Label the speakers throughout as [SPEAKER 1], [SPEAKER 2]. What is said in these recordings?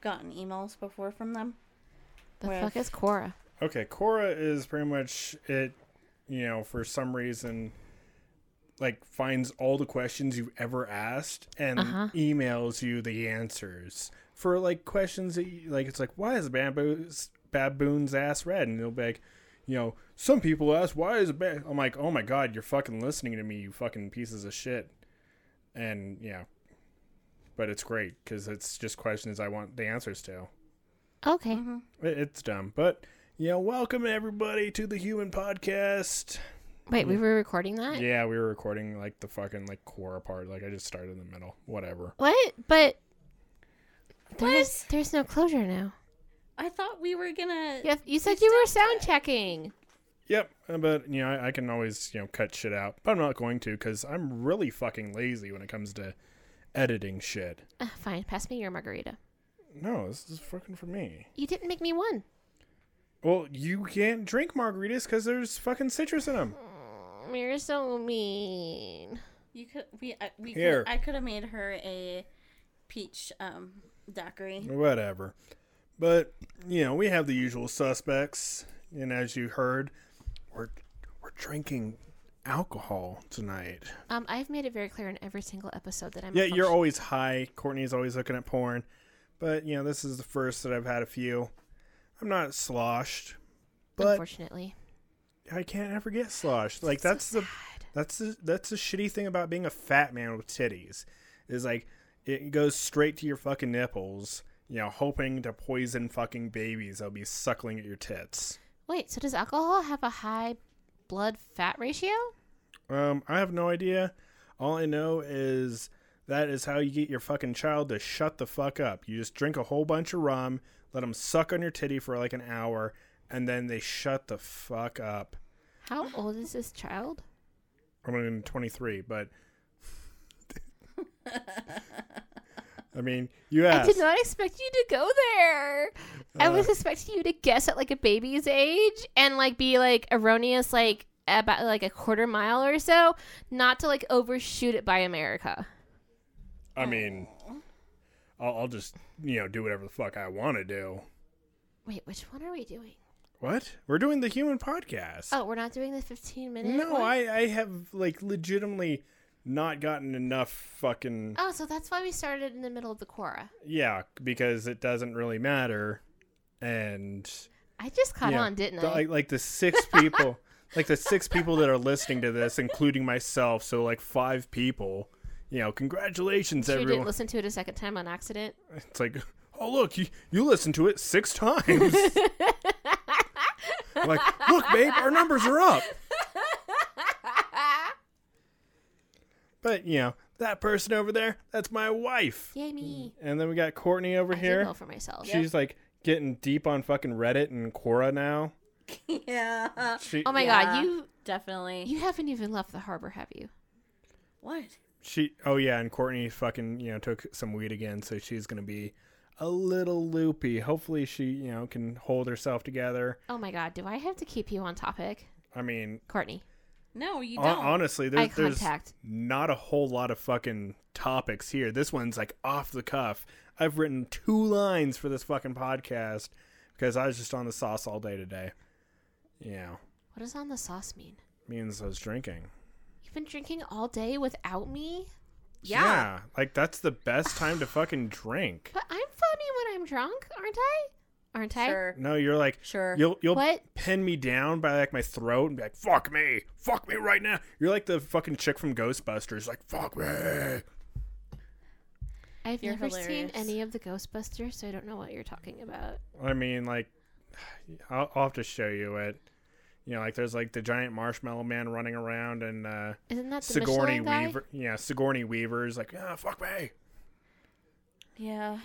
[SPEAKER 1] gotten emails before from them.
[SPEAKER 2] The
[SPEAKER 1] Well-
[SPEAKER 2] fuck is Cora?
[SPEAKER 3] Okay, Cora is pretty much it, you know, for some reason like finds all the questions you've ever asked and emails you the answers for like questions that you, like it's like why is a baboon's baboon's ass red and they'll be like you know some people ask why is a ba-? I'm like oh my god you're fucking listening to me you fucking pieces of shit and yeah but it's great because it's just questions I want the answers to
[SPEAKER 2] Okay.
[SPEAKER 3] it- It's dumb, but you know, welcome everybody to the Human Podcast.
[SPEAKER 2] Wait, we were recording that?
[SPEAKER 3] Yeah, we were recording like the fucking like core part. Like I just started in the middle. Whatever.
[SPEAKER 2] What? But there's there's no closure now.
[SPEAKER 1] I thought we were gonna.
[SPEAKER 2] You, have- you said you were sound checking.
[SPEAKER 3] Yep, uh, but you know, I, I can always you know cut shit out, but I'm not going to because I'm really fucking lazy when it comes to editing shit.
[SPEAKER 2] Uh, fine, pass me your margarita.
[SPEAKER 3] No, this is fucking for me.
[SPEAKER 2] You didn't make me one.
[SPEAKER 3] Well, you can't drink margaritas because there's fucking citrus in them.
[SPEAKER 2] You're so mean.
[SPEAKER 1] You could. We. I, we.
[SPEAKER 3] Here.
[SPEAKER 1] Could, I could have made her a peach um daiquiri.
[SPEAKER 3] Whatever. But you know, we have the usual suspects, and as you heard, we're we're drinking alcohol tonight.
[SPEAKER 2] Um, I've made it very clear in every single episode that I'm. a
[SPEAKER 3] Yeah, you're
[SPEAKER 2] function-
[SPEAKER 3] always high. Courtney's always looking at porn, but you know, this is the first that I've had a few. I'm not sloshed, but
[SPEAKER 2] Unfortunately,
[SPEAKER 3] I can't ever get sloshed. Like that's the that's the that's the shitty thing about being a fat man with titties, is like it goes straight to your fucking nipples. You know, hoping to poison fucking babies that'll be suckling at your tits.
[SPEAKER 2] wait. So does alcohol have a high blood fat ratio?
[SPEAKER 3] Um, I have no idea. All I know is that is how you get your fucking child to shut the fuck up. You just drink a whole bunch of rum, let them suck on your titty for like an hour, and then they shut the fuck up.
[SPEAKER 2] How old is this child?
[SPEAKER 3] I'm only 23, but I mean, you
[SPEAKER 2] I
[SPEAKER 3] asked.
[SPEAKER 2] did not expect you to go there. I was
[SPEAKER 3] Uh,
[SPEAKER 2] expecting you to guess at like a baby's age and like be like erroneous, like about like a quarter mile or so, not to like overshoot it by America.
[SPEAKER 3] I mean, I'll, I'll just you know do whatever the fuck I want to do.
[SPEAKER 2] Wait, which one are we doing?
[SPEAKER 3] What? We're doing the human podcast.
[SPEAKER 2] Oh, we're not doing the 15 minute.
[SPEAKER 3] No,
[SPEAKER 2] one?
[SPEAKER 3] I, I have like legitimately not gotten enough fucking
[SPEAKER 2] Oh, so that's why we started in the middle of the Quora.
[SPEAKER 3] yeah because it doesn't really matter, and
[SPEAKER 2] I just caught
[SPEAKER 3] you know,
[SPEAKER 2] on, didn't
[SPEAKER 3] the-
[SPEAKER 2] I?
[SPEAKER 3] Like, like the six people, like the six people that are listening to this, including myself. So like five people. You know, congratulations
[SPEAKER 2] Sure didn't
[SPEAKER 3] everyone.
[SPEAKER 2] listen to it a second time on accident.
[SPEAKER 3] it's like, oh look, you you listened to it six times. like, look, babe, our numbers are up. But you know that person over there, that's my wife.
[SPEAKER 2] Yay me!
[SPEAKER 3] And then we got Courtney over
[SPEAKER 2] I did
[SPEAKER 3] Mm. here.
[SPEAKER 2] well for myself.
[SPEAKER 3] She's like getting deep on fucking Reddit and Quora now. Mm.
[SPEAKER 1] yeah.
[SPEAKER 3] She
[SPEAKER 2] Oh my
[SPEAKER 1] Yeah.
[SPEAKER 2] god, you
[SPEAKER 1] Definitely.
[SPEAKER 2] you haven't even left the harbor, have you?
[SPEAKER 1] What?
[SPEAKER 3] she oh yeah, and Courtney fucking, you know, took some weed again, so she's going to be a little loopy. Hopefully she, you know, can hold herself together.
[SPEAKER 2] Oh my god, do I have to keep you on topic,
[SPEAKER 3] I mean,
[SPEAKER 2] Courtney?
[SPEAKER 1] No, you
[SPEAKER 3] hon-
[SPEAKER 1] don't.
[SPEAKER 3] honestly, there's,
[SPEAKER 2] Eye
[SPEAKER 3] there's
[SPEAKER 2] contact.
[SPEAKER 3] not a whole lot of fucking topics here. This one's like off the cuff. I've written two lines for this fucking podcast because I was just on the sauce all day today. Yeah,
[SPEAKER 2] What does on the sauce mean?
[SPEAKER 3] means I was drinking.
[SPEAKER 2] You've been drinking all day without me?
[SPEAKER 3] Yeah, like that's the best time to fucking drink.
[SPEAKER 2] But I'm funny when I'm drunk, aren't I? Aren't I?
[SPEAKER 1] sure.
[SPEAKER 3] No, you're like
[SPEAKER 1] Sure.
[SPEAKER 3] You'll you'll
[SPEAKER 2] What?
[SPEAKER 3] pin me down by like my throat and be like, "Fuck me, fuck me right now." You're like the fucking chick from Ghostbusters, like, "Fuck me."
[SPEAKER 2] I've
[SPEAKER 1] You're
[SPEAKER 2] never seen
[SPEAKER 1] hilarious.
[SPEAKER 2] any of the Ghostbusters, so I don't know what you're talking about.
[SPEAKER 3] I mean, like, I'll, I'll have to show you it. You know, like there's like the giant marshmallow man running around and uh,
[SPEAKER 2] Isn't that the
[SPEAKER 3] Sigourney
[SPEAKER 2] Michelin guy?
[SPEAKER 3] Weaver. Yeah, Sigourney Weaver's like, "Ah, fuck me."
[SPEAKER 1] Yeah.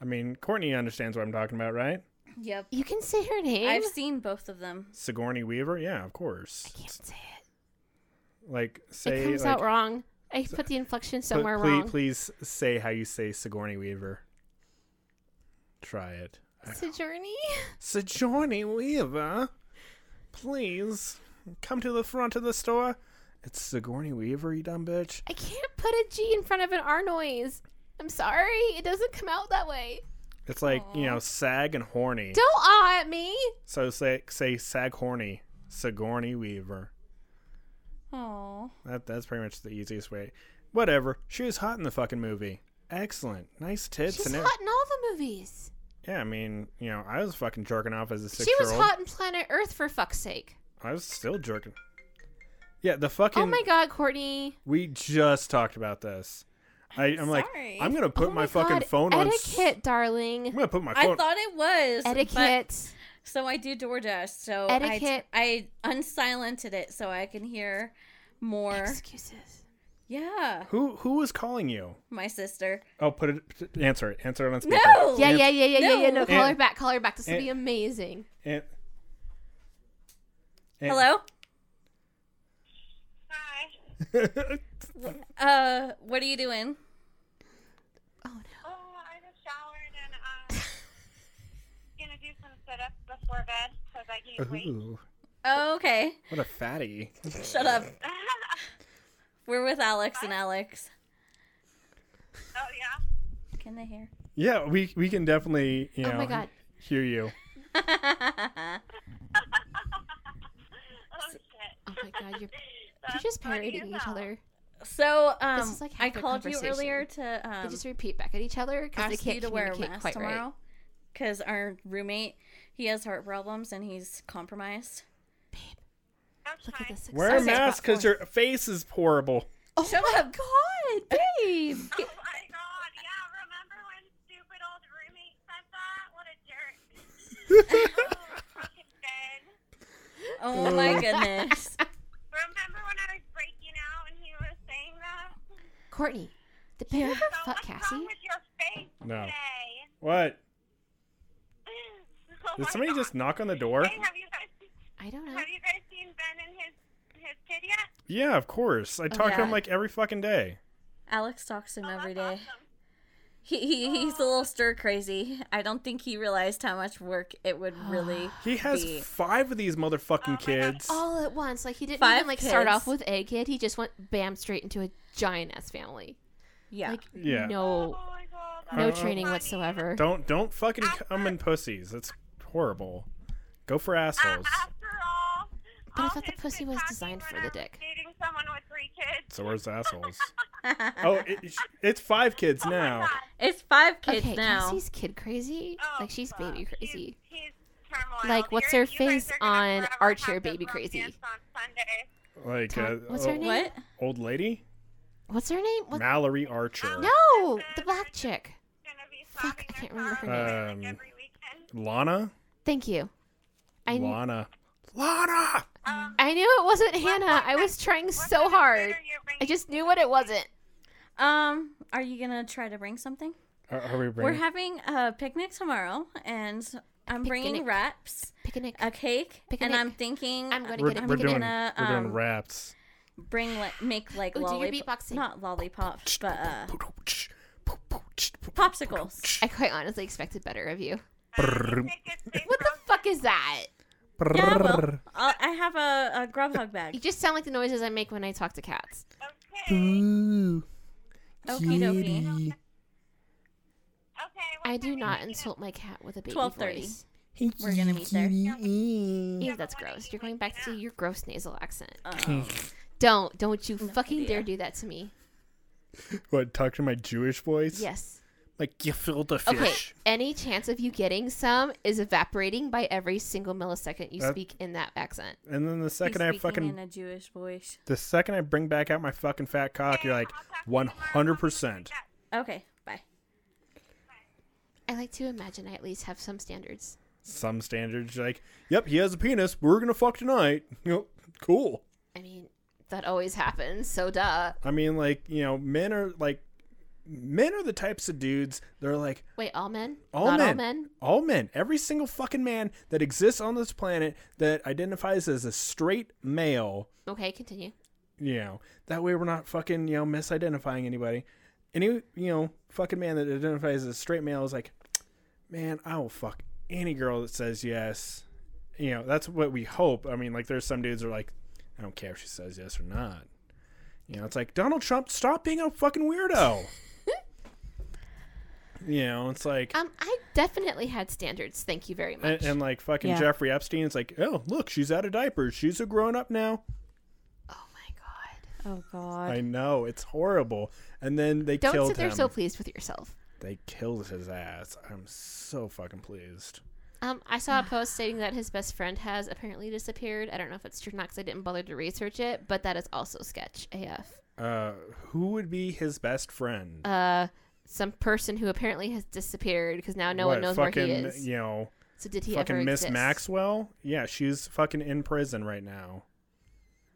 [SPEAKER 3] I mean, Courtney understands what I'm talking about, right?
[SPEAKER 1] Yep.
[SPEAKER 2] You can say her name.
[SPEAKER 1] I've seen both of them.
[SPEAKER 3] Sigourney Weaver, yeah, of course.
[SPEAKER 2] can't say it.
[SPEAKER 3] Like, say
[SPEAKER 2] it comes
[SPEAKER 3] like,
[SPEAKER 2] out wrong. I put the inflection
[SPEAKER 3] Pl-
[SPEAKER 2] somewhere
[SPEAKER 3] please,
[SPEAKER 2] wrong.
[SPEAKER 3] Please say how you say Sigourney Weaver. Try it.
[SPEAKER 2] Sigourney?
[SPEAKER 3] Sigourney Weaver, please come to the front of the store. It's Sigourney Weaver, you dumb bitch.
[SPEAKER 2] I can't put a G in front of an R noise. I'm sorry. It doesn't come out that way.
[SPEAKER 3] It's like you know, sag and horny.
[SPEAKER 2] Don't awe at me.
[SPEAKER 3] so say say sag horny, Sigourney Weaver.
[SPEAKER 1] Oh,
[SPEAKER 3] That that's pretty much the easiest way. Whatever. She was hot in the fucking movie. Excellent. Nice tits
[SPEAKER 2] She's
[SPEAKER 3] and it-
[SPEAKER 2] hot in all the movies.
[SPEAKER 3] yeah. I mean, you know, I was fucking jerking off as a six
[SPEAKER 2] She
[SPEAKER 3] year
[SPEAKER 2] was
[SPEAKER 3] old.
[SPEAKER 2] hot in Planet Earth for fuck's sake.
[SPEAKER 3] I was still jerking. Yeah, the fucking.
[SPEAKER 2] oh my god, Courtney.
[SPEAKER 3] We just talked about this. I, I'm like,
[SPEAKER 1] sorry.
[SPEAKER 3] I'm gonna put
[SPEAKER 2] oh
[SPEAKER 3] my, fucking
[SPEAKER 2] God.
[SPEAKER 3] phone on. s-
[SPEAKER 2] etiquette,
[SPEAKER 3] I'm
[SPEAKER 2] darling.
[SPEAKER 3] gonna put my
[SPEAKER 1] I
[SPEAKER 3] phone.
[SPEAKER 1] thought it was but-
[SPEAKER 2] Etiquette.
[SPEAKER 1] so I do DoorDash. So I-
[SPEAKER 2] Etiquette.
[SPEAKER 1] I unsilented it so I can hear more.
[SPEAKER 2] Excuses.
[SPEAKER 1] Yeah,
[SPEAKER 3] who who was calling you?
[SPEAKER 1] my sister.
[SPEAKER 3] Oh, put it. Answer it. Answer it on speaker.
[SPEAKER 1] No.
[SPEAKER 2] Yeah, yeah, yeah, yeah, yeah, yeah. No,
[SPEAKER 1] No.
[SPEAKER 2] call her
[SPEAKER 3] And-
[SPEAKER 2] back. Call her back. This will
[SPEAKER 3] and-
[SPEAKER 2] be amazing.
[SPEAKER 3] An- an-
[SPEAKER 1] Hello.
[SPEAKER 4] Hi.
[SPEAKER 1] Uh, what are you doing?
[SPEAKER 2] Oh no.
[SPEAKER 4] Oh, I just showered and I'm gonna do some sit-ups before bed because I gained weight.
[SPEAKER 3] Ooh,
[SPEAKER 1] Oh, okay.
[SPEAKER 3] what a fatty.
[SPEAKER 1] Shut up. We're with Alex and Alex.
[SPEAKER 4] oh yeah.
[SPEAKER 1] Can they hear?
[SPEAKER 3] Yeah, we we can definitely you know
[SPEAKER 2] Oh my God.
[SPEAKER 3] hear you.
[SPEAKER 4] Oh shit.
[SPEAKER 2] Oh my god, you're, you're
[SPEAKER 4] That's
[SPEAKER 2] just
[SPEAKER 4] funny as
[SPEAKER 2] parodying each
[SPEAKER 4] hell.
[SPEAKER 2] other.
[SPEAKER 1] so, um,
[SPEAKER 2] This is like half
[SPEAKER 1] I
[SPEAKER 2] our
[SPEAKER 1] called you
[SPEAKER 2] conversation.
[SPEAKER 1] earlier to um,
[SPEAKER 2] They just repeat back at each other because they
[SPEAKER 1] ask you
[SPEAKER 2] can't
[SPEAKER 1] to wear a mask
[SPEAKER 2] communicate quite right.
[SPEAKER 1] tomorrow because our roommate he has heart problems and he's compromised.
[SPEAKER 4] That's
[SPEAKER 2] Look at
[SPEAKER 4] fine.
[SPEAKER 2] this.
[SPEAKER 4] Oh
[SPEAKER 3] Wear a
[SPEAKER 2] success
[SPEAKER 3] mask
[SPEAKER 2] brought
[SPEAKER 3] because your face is horrible.
[SPEAKER 2] forth.
[SPEAKER 1] Shut
[SPEAKER 2] Oh my
[SPEAKER 1] up.
[SPEAKER 2] god, babe.
[SPEAKER 4] Oh my god. Yeah. Remember when stupid old roommate said that? What a jerk. oh, fucking Ben.
[SPEAKER 1] Oh
[SPEAKER 2] Mm.
[SPEAKER 1] my goodness!
[SPEAKER 4] Remember when I was breaking out and he was saying that?
[SPEAKER 2] Courtney, did Bear ever
[SPEAKER 4] So
[SPEAKER 2] fuck
[SPEAKER 4] what's
[SPEAKER 2] Cassie?
[SPEAKER 4] wrong with your face
[SPEAKER 3] No.
[SPEAKER 4] today?
[SPEAKER 3] What?
[SPEAKER 4] Oh
[SPEAKER 3] Did
[SPEAKER 4] my
[SPEAKER 3] somebody
[SPEAKER 4] God.
[SPEAKER 3] just knock on the door?
[SPEAKER 4] Hey, have you guys
[SPEAKER 2] I don't know.
[SPEAKER 4] have you guys seen Ben and his his kid yet?
[SPEAKER 3] Yeah, of course. I talk to
[SPEAKER 1] yeah.
[SPEAKER 3] him like every fucking day.
[SPEAKER 1] Alex talks to him
[SPEAKER 4] Oh,
[SPEAKER 1] every day.
[SPEAKER 4] that's awesome.
[SPEAKER 1] He, he he's a little stir crazy. I don't think he realized how much work it would really.
[SPEAKER 3] He has
[SPEAKER 1] be.
[SPEAKER 3] five of these motherfucking kids.
[SPEAKER 2] All at once, like he didn't
[SPEAKER 1] Five
[SPEAKER 2] even like start
[SPEAKER 1] kids.
[SPEAKER 2] off with Egghead. He just went bam straight into a giant ass family.
[SPEAKER 1] Yeah.
[SPEAKER 2] Like
[SPEAKER 3] Yeah.
[SPEAKER 2] no,
[SPEAKER 4] Oh my God,
[SPEAKER 2] no
[SPEAKER 3] Uh,
[SPEAKER 4] that's
[SPEAKER 2] training
[SPEAKER 4] funny.
[SPEAKER 2] whatsoever.
[SPEAKER 3] Don't don't fucking come in pussies. That's horrible. Go for
[SPEAKER 4] Uh,
[SPEAKER 3] assholes.
[SPEAKER 4] after all,
[SPEAKER 2] But I
[SPEAKER 4] all
[SPEAKER 2] thought the
[SPEAKER 4] his
[SPEAKER 2] pussy
[SPEAKER 4] shit
[SPEAKER 2] was
[SPEAKER 4] talking
[SPEAKER 2] designed
[SPEAKER 4] when
[SPEAKER 2] for
[SPEAKER 4] I
[SPEAKER 2] the
[SPEAKER 4] was
[SPEAKER 2] dick.
[SPEAKER 4] Dating someone with three kids.
[SPEAKER 3] So where's the assholes? oh, it, it's- it's five kids
[SPEAKER 4] Oh my
[SPEAKER 3] now.
[SPEAKER 4] God.
[SPEAKER 1] it's five kids
[SPEAKER 2] okay,
[SPEAKER 1] now.
[SPEAKER 2] Cassie's kid crazy.
[SPEAKER 4] Oh,
[SPEAKER 2] like she's
[SPEAKER 4] fuck.
[SPEAKER 2] baby
[SPEAKER 4] He's-
[SPEAKER 2] crazy.
[SPEAKER 4] he's turmoil.
[SPEAKER 2] Like, what's
[SPEAKER 4] You're-
[SPEAKER 2] her
[SPEAKER 4] you guys
[SPEAKER 2] face
[SPEAKER 4] are gonna
[SPEAKER 2] on
[SPEAKER 4] forever
[SPEAKER 2] Arch Your
[SPEAKER 4] have this
[SPEAKER 2] Baby
[SPEAKER 4] romance
[SPEAKER 2] Crazy?
[SPEAKER 4] on Sunday.
[SPEAKER 3] Like uh,
[SPEAKER 2] Tom- what's her
[SPEAKER 3] o-
[SPEAKER 2] name?
[SPEAKER 1] What?
[SPEAKER 3] Old lady
[SPEAKER 2] What's her name? What?
[SPEAKER 3] Mallory Archer.
[SPEAKER 2] No, the black chick.
[SPEAKER 4] Gonna be
[SPEAKER 2] Fuck,
[SPEAKER 4] sobbing
[SPEAKER 2] I can't
[SPEAKER 4] their
[SPEAKER 2] remember her
[SPEAKER 3] name.
[SPEAKER 4] sorrows away, like,
[SPEAKER 3] Um,
[SPEAKER 4] every weekend.
[SPEAKER 3] Lana.
[SPEAKER 2] Thank you. I kn-
[SPEAKER 3] Lana. Lana.
[SPEAKER 4] Um,
[SPEAKER 2] I knew it wasn't Hannah.
[SPEAKER 4] what
[SPEAKER 2] I was
[SPEAKER 4] kind-
[SPEAKER 2] trying
[SPEAKER 4] what
[SPEAKER 2] so
[SPEAKER 4] kind of
[SPEAKER 2] hard.
[SPEAKER 4] dinner you're
[SPEAKER 2] I
[SPEAKER 4] bringing
[SPEAKER 2] just knew what it wasn't.
[SPEAKER 1] Um, are you gonna try to bring something?
[SPEAKER 3] Are, are we
[SPEAKER 1] We're
[SPEAKER 3] bringing?
[SPEAKER 1] having a picnic tomorrow, and I'm bringing
[SPEAKER 2] Picnic.
[SPEAKER 1] wraps,
[SPEAKER 2] Picnic.
[SPEAKER 1] a cake,
[SPEAKER 2] Picnic.
[SPEAKER 1] and I'm thinking
[SPEAKER 2] I'm gonna
[SPEAKER 3] we're,
[SPEAKER 2] get a
[SPEAKER 3] we're
[SPEAKER 2] picnic.
[SPEAKER 3] doing
[SPEAKER 1] gonna,
[SPEAKER 3] we're doing
[SPEAKER 1] um,
[SPEAKER 3] wraps.
[SPEAKER 1] bring like make like
[SPEAKER 2] Ooh, do your
[SPEAKER 1] lollipops,
[SPEAKER 2] beatboxing.
[SPEAKER 1] not lollipops, but uh, popsicles.
[SPEAKER 2] I quite honestly expected better of you.
[SPEAKER 4] Brrrr.
[SPEAKER 2] What the fuck is that?
[SPEAKER 1] Yeah, I will. I'll, I have a, a Grubhog
[SPEAKER 2] You
[SPEAKER 1] bag.
[SPEAKER 2] just sound like the noises I make when I talk to cats.
[SPEAKER 4] Okay.
[SPEAKER 3] Ooh,
[SPEAKER 1] Okie dokie.
[SPEAKER 3] kitty.
[SPEAKER 4] Okay.
[SPEAKER 2] I do not insult
[SPEAKER 4] insult.
[SPEAKER 2] my cat with a baby
[SPEAKER 1] 12:30.
[SPEAKER 2] voice.
[SPEAKER 1] We're gonna meet there.
[SPEAKER 3] Kitty.
[SPEAKER 2] Ew, that's gross. You're going back to your gross nasal accent.
[SPEAKER 1] Oh.
[SPEAKER 2] Don't, don't you fucking dare
[SPEAKER 1] idea.
[SPEAKER 2] do that to me.
[SPEAKER 3] What? Talk to my Jewish voice?
[SPEAKER 2] Yes.
[SPEAKER 3] Like you filled the
[SPEAKER 2] Okay.
[SPEAKER 3] fish.
[SPEAKER 2] Any chance of you getting some is evaporating by every single millisecond you
[SPEAKER 3] That-
[SPEAKER 2] speak in that accent.
[SPEAKER 3] And then the
[SPEAKER 1] He's
[SPEAKER 3] second I
[SPEAKER 1] speaking
[SPEAKER 3] fucking
[SPEAKER 1] in a Jewish voice.
[SPEAKER 3] the second I bring back out my fucking fat cock, you're like one hundred percent.
[SPEAKER 1] Okay, bye.
[SPEAKER 2] I like to imagine I at least have some standards.
[SPEAKER 3] Some standards you're like, yep, he has a penis. We're gonna fuck tonight. Yep, cool.
[SPEAKER 2] I mean, that always happens, so duh.
[SPEAKER 3] I mean, like you know, men are like, men are the types of dudes. They're like,
[SPEAKER 2] Wait, all men?
[SPEAKER 3] all
[SPEAKER 2] Not
[SPEAKER 3] men,
[SPEAKER 2] all men?
[SPEAKER 3] all men, every single fucking man that exists on this planet that identifies as a straight male.
[SPEAKER 2] Okay, continue.
[SPEAKER 3] You know, that way we're not fucking you know misidentifying anybody. Any you know fucking man that identifies as a straight male is like, man, I will fuck any girl that says yes. You know, that's what we hope. I mean, like there's some dudes that are like, I don't care if she says yes or not. You know, it's like Donald Trump, stop being a fucking weirdo. You know, it's like
[SPEAKER 2] Um, I definitely had standards. Thank you very much.
[SPEAKER 3] and, and like fucking
[SPEAKER 1] Yeah.
[SPEAKER 3] Jeffrey Epstein's like, oh look, she's out of diapers. She's a grown up now.
[SPEAKER 2] oh my god!
[SPEAKER 1] Oh God.
[SPEAKER 3] I know it's horrible. And then they
[SPEAKER 2] Don't
[SPEAKER 3] killed
[SPEAKER 2] sit there
[SPEAKER 3] him.
[SPEAKER 2] so pleased with yourself.
[SPEAKER 3] they killed his ass. I'm so fucking pleased.
[SPEAKER 2] Um, I saw a post stating that his best friend has apparently disappeared. I don't know if it's true or not because I didn't bother to research it, but that is also sketch AF.
[SPEAKER 3] Uh, who would be his best friend?
[SPEAKER 2] Uh, some person who apparently has disappeared because now no one knows
[SPEAKER 3] fucking,
[SPEAKER 2] where he is.
[SPEAKER 3] You know,
[SPEAKER 2] So did he ever
[SPEAKER 3] fucking Miss
[SPEAKER 2] exist?
[SPEAKER 3] Maxwell. Yeah, she's fucking in prison right now.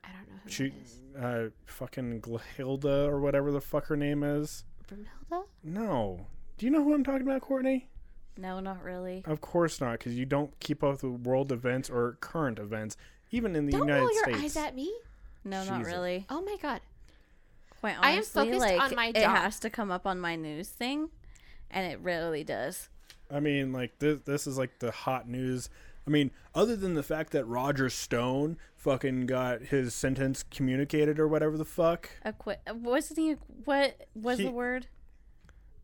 [SPEAKER 2] I don't know who
[SPEAKER 3] She,
[SPEAKER 2] that is.
[SPEAKER 3] uh, fucking Glahilda or whatever the fuck her name is.
[SPEAKER 2] Brumhilda?
[SPEAKER 3] No, do you know who I'm talking about, Courtney?
[SPEAKER 1] No, not really.
[SPEAKER 3] Of course not, because you don't keep up with world events or current events, even in the
[SPEAKER 2] Don't
[SPEAKER 3] United
[SPEAKER 2] roll your
[SPEAKER 3] States.
[SPEAKER 2] eyes at me.
[SPEAKER 1] No, not
[SPEAKER 3] Jesus.
[SPEAKER 1] really.
[SPEAKER 2] Oh my god.
[SPEAKER 1] Quite honestly,
[SPEAKER 2] I am focused
[SPEAKER 1] like,
[SPEAKER 2] on my
[SPEAKER 1] It
[SPEAKER 2] job.
[SPEAKER 1] has to come up on my news thing, and it rarely does.
[SPEAKER 3] I mean, like this. This is like the hot news. I mean, other than the fact that Roger Stone fucking got his sentence communicated or whatever the fuck,
[SPEAKER 1] Acqui- wasn't he? What was
[SPEAKER 3] He-
[SPEAKER 1] the word?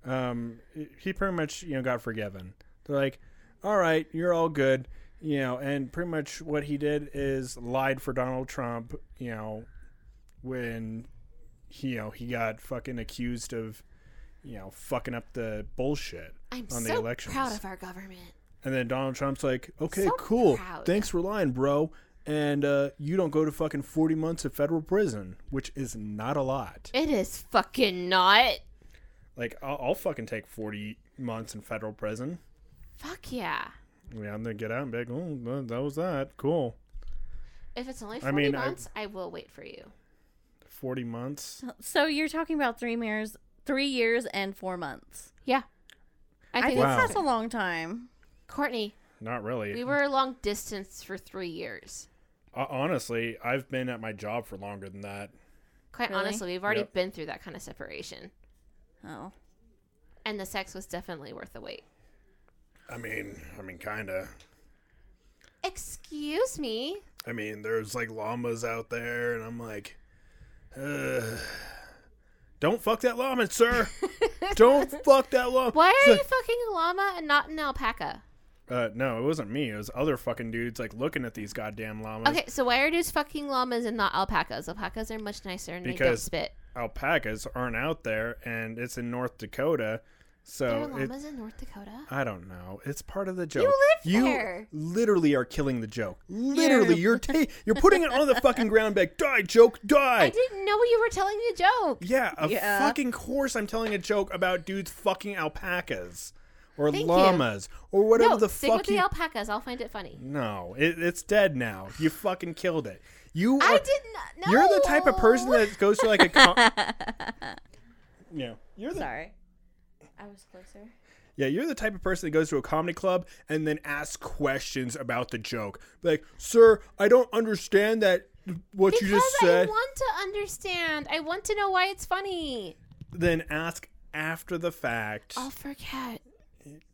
[SPEAKER 3] um, he pretty much you know got forgiven. They're like, all right, you're all good, you know. And pretty much what he did is lied for Donald Trump, you know, when he, you know he got fucking accused of, you know, fucking up the bullshit
[SPEAKER 2] I'm
[SPEAKER 3] on the
[SPEAKER 2] so
[SPEAKER 3] elections.
[SPEAKER 2] proud of our government.
[SPEAKER 3] And then Donald Trump's like, okay,
[SPEAKER 2] So
[SPEAKER 3] cool.
[SPEAKER 2] proud.
[SPEAKER 3] Thanks for lying, bro. And uh, you don't go to fucking 40 months of federal prison, which is not a lot.
[SPEAKER 2] It is fucking not.
[SPEAKER 3] Like, I'll, I'll fucking take 40 months in federal prison.
[SPEAKER 2] Fuck yeah.
[SPEAKER 3] Yeah, I'm going to get out and be like, oh, th- that was that. Cool.
[SPEAKER 2] If it's only 40
[SPEAKER 3] I mean, I-
[SPEAKER 2] months, I... will wait for you.
[SPEAKER 3] 40 months.
[SPEAKER 2] Oh.
[SPEAKER 1] So you're talking about three years, three years and four months.
[SPEAKER 2] Yeah.
[SPEAKER 1] I think
[SPEAKER 3] Wow.
[SPEAKER 1] that's a long time.
[SPEAKER 2] Courtney,
[SPEAKER 3] Not really.
[SPEAKER 2] we were long distance for three years.
[SPEAKER 3] Uh, honestly, I've been at my job for longer than that.
[SPEAKER 2] Quite
[SPEAKER 1] Really?
[SPEAKER 2] honestly, we've already
[SPEAKER 3] Yep.
[SPEAKER 2] been through that kind of separation.
[SPEAKER 1] Oh,
[SPEAKER 2] And the sex was definitely worth the wait.
[SPEAKER 3] I mean, I mean, kind of.
[SPEAKER 2] Excuse me.
[SPEAKER 3] I mean, there's like llamas out there, and I'm like, Ugh. don't fuck that llama, sir. don't fuck that llama.
[SPEAKER 2] Why
[SPEAKER 3] It's
[SPEAKER 2] are you
[SPEAKER 3] like-
[SPEAKER 2] fucking a llama and not an alpaca?
[SPEAKER 3] Uh, no, it wasn't me. It was other fucking dudes like looking at these goddamn llamas.
[SPEAKER 2] Okay, so why are dudes fucking llamas and not alpacas? Alpacas are much nicer and they don't
[SPEAKER 3] Because-
[SPEAKER 2] spit.
[SPEAKER 3] Alpacas aren't out there, and it's in North Dakota,
[SPEAKER 2] There are
[SPEAKER 3] so it,
[SPEAKER 2] llamas in North Dakota?
[SPEAKER 3] I don't know. It's part of the joke.
[SPEAKER 2] live there.
[SPEAKER 3] literally are killing the joke. Literally, you're ta- you're putting it on the fucking ground. Back, die joke, die.
[SPEAKER 2] I didn't know you were telling me a joke.
[SPEAKER 3] Yeah, of
[SPEAKER 1] Yeah.
[SPEAKER 3] fucking course I'm telling a joke about dudes fucking alpacas or
[SPEAKER 2] Thank you.
[SPEAKER 3] llamas or whatever
[SPEAKER 2] No,
[SPEAKER 3] the
[SPEAKER 2] stick
[SPEAKER 3] fuck
[SPEAKER 2] with
[SPEAKER 3] you.
[SPEAKER 2] the alpacas. I'll find it funny.
[SPEAKER 3] no, it, it's dead now. You fucking killed it. You
[SPEAKER 2] I
[SPEAKER 3] are-
[SPEAKER 2] didn't know.
[SPEAKER 3] You're the type of person that goes to like a con- Yeah. You're the
[SPEAKER 1] sorry, I was closer.
[SPEAKER 3] Yeah, you're the type of person that goes to a comedy club and then asks questions about the joke. Like, "Sir, I don't understand that what
[SPEAKER 2] because
[SPEAKER 3] you just
[SPEAKER 2] I
[SPEAKER 3] said."
[SPEAKER 2] want to understand. I want to know why it's funny.
[SPEAKER 3] Then ask after the fact.
[SPEAKER 2] I'll forget.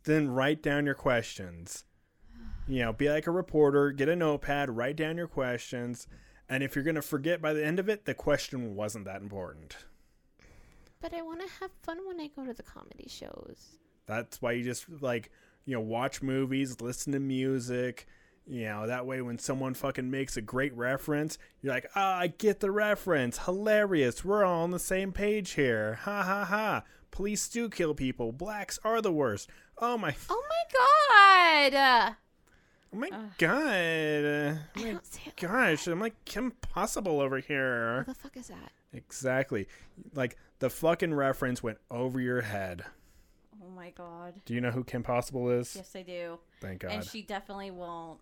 [SPEAKER 3] then write down your questions. You know, be like a reporter, get a notepad, write down your questions, and if you're going to forget by the end of it, the question wasn't that important.
[SPEAKER 2] But I want to have fun when I go to the comedy shows.
[SPEAKER 3] That's why you just like, you know, watch movies, listen to music, you know, that way when someone fucking makes a great reference, you're like, "Ah, I get the reference. Hilarious. We're all on the same page here." Ha ha ha. Police do kill people. Blacks are the worst. Oh my,
[SPEAKER 2] Oh my god! Uh,
[SPEAKER 3] oh my god.
[SPEAKER 2] I don't say it.
[SPEAKER 3] gosh, I'm like Kim Possible over here.
[SPEAKER 2] What the fuck is that?
[SPEAKER 3] Exactly. Like the fucking reference went over your head.
[SPEAKER 1] Oh my God.
[SPEAKER 3] Do you know who Kim Possible is?
[SPEAKER 1] Yes, I do.
[SPEAKER 3] Thank God.
[SPEAKER 1] And she definitely won't.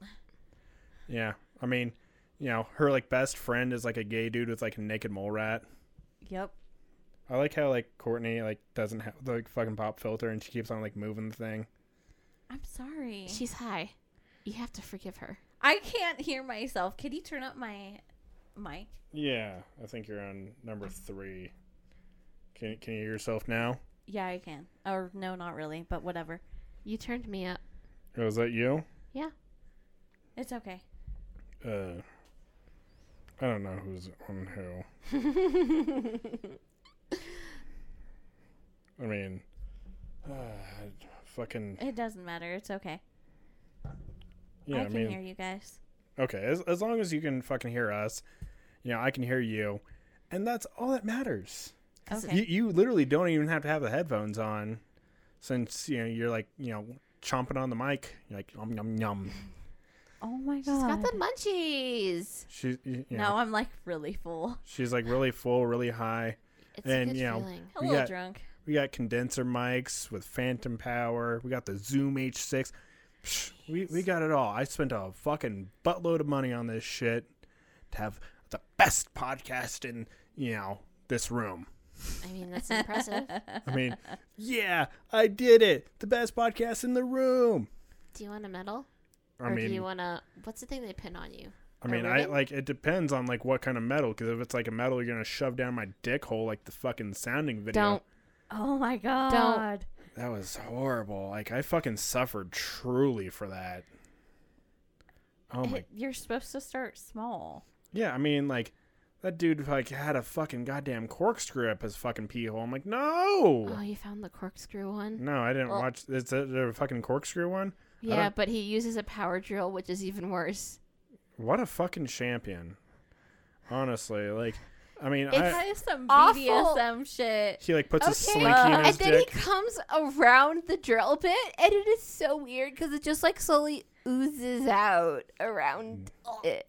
[SPEAKER 3] yeah. I mean, you know, her like best friend is like a gay dude with like a naked mole rat.
[SPEAKER 1] Yep.
[SPEAKER 3] I like how like Courtney like doesn't have the like fucking pop filter and she keeps on like moving the thing.
[SPEAKER 1] I'm sorry.
[SPEAKER 2] She's high. You have to forgive her.
[SPEAKER 1] I can't hear myself. Can you turn up my mic?
[SPEAKER 3] Yeah, I think you're on number three. Can can you hear yourself now?
[SPEAKER 1] Yeah, I can. Or no, not really, but whatever.
[SPEAKER 2] You turned me up.
[SPEAKER 3] Oh, is that you?
[SPEAKER 2] Yeah.
[SPEAKER 1] It's okay.
[SPEAKER 3] Uh, I don't know who's on who. I mean, uh, Fucking
[SPEAKER 1] It doesn't matter. It's okay.
[SPEAKER 3] yeah,
[SPEAKER 1] I
[SPEAKER 3] I,
[SPEAKER 1] can
[SPEAKER 3] mean,
[SPEAKER 1] hear you guys.
[SPEAKER 3] okay, as as long as you can fucking hear us, you know, I can hear you, and that's all that matters.
[SPEAKER 1] Okay.
[SPEAKER 3] You you literally don't even have to have the headphones on, since you know you're like you know chomping on the mic. You're like yum yum yum.
[SPEAKER 1] oh my god.
[SPEAKER 2] She's got the munchies.
[SPEAKER 3] She's you you know,
[SPEAKER 1] No, I'm like really full.
[SPEAKER 3] she's like really full, really high.
[SPEAKER 2] It's
[SPEAKER 3] And,
[SPEAKER 2] a good
[SPEAKER 3] you know,
[SPEAKER 2] feeling.
[SPEAKER 1] A
[SPEAKER 3] We
[SPEAKER 1] little
[SPEAKER 3] got-
[SPEAKER 1] drunk.
[SPEAKER 3] We got condenser mics with phantom power. We got the Zoom H6. Psh, we, we got it all. I spent a fucking buttload of money on this shit to have the best podcast in, you know, this room.
[SPEAKER 2] I mean, that's impressive.
[SPEAKER 3] I mean, yeah, I did it. The best podcast in the room.
[SPEAKER 2] Do you want a medal?
[SPEAKER 3] I
[SPEAKER 2] or
[SPEAKER 3] mean,
[SPEAKER 2] do you want to? What's the thing they pin on you?
[SPEAKER 3] I mean, I
[SPEAKER 2] ribbon?
[SPEAKER 3] like it depends on like what kind of metal. Because if it's like a metal, you're gonna shove down my dick hole like the fucking sounding video.
[SPEAKER 2] Don't.
[SPEAKER 1] Oh my god.
[SPEAKER 3] That was horrible. Like I fucking suffered truly for that. Oh my
[SPEAKER 1] You're supposed to start small.
[SPEAKER 3] Yeah, I mean, like that dude like had a fucking goddamn corkscrew up his fucking pee hole. I'm like, no,
[SPEAKER 2] Oh, you found the corkscrew one.
[SPEAKER 3] no, I didn't
[SPEAKER 2] Well-
[SPEAKER 3] watch. Is it a fucking corkscrew one? I
[SPEAKER 2] Yeah,
[SPEAKER 3] don't-
[SPEAKER 2] but he uses a power drill, which is even worse.
[SPEAKER 3] What a fucking champion. Honestly, like, I mean,
[SPEAKER 1] That
[SPEAKER 3] I,
[SPEAKER 1] is some
[SPEAKER 2] awful.
[SPEAKER 1] BDSM shit.
[SPEAKER 3] he like puts a
[SPEAKER 2] Okay.
[SPEAKER 3] slinky in
[SPEAKER 2] Uh, and
[SPEAKER 3] his
[SPEAKER 2] then
[SPEAKER 3] dick.
[SPEAKER 2] he comes around the drill pit, and it is so weird because it just like slowly oozes out around
[SPEAKER 3] Mm.
[SPEAKER 2] it.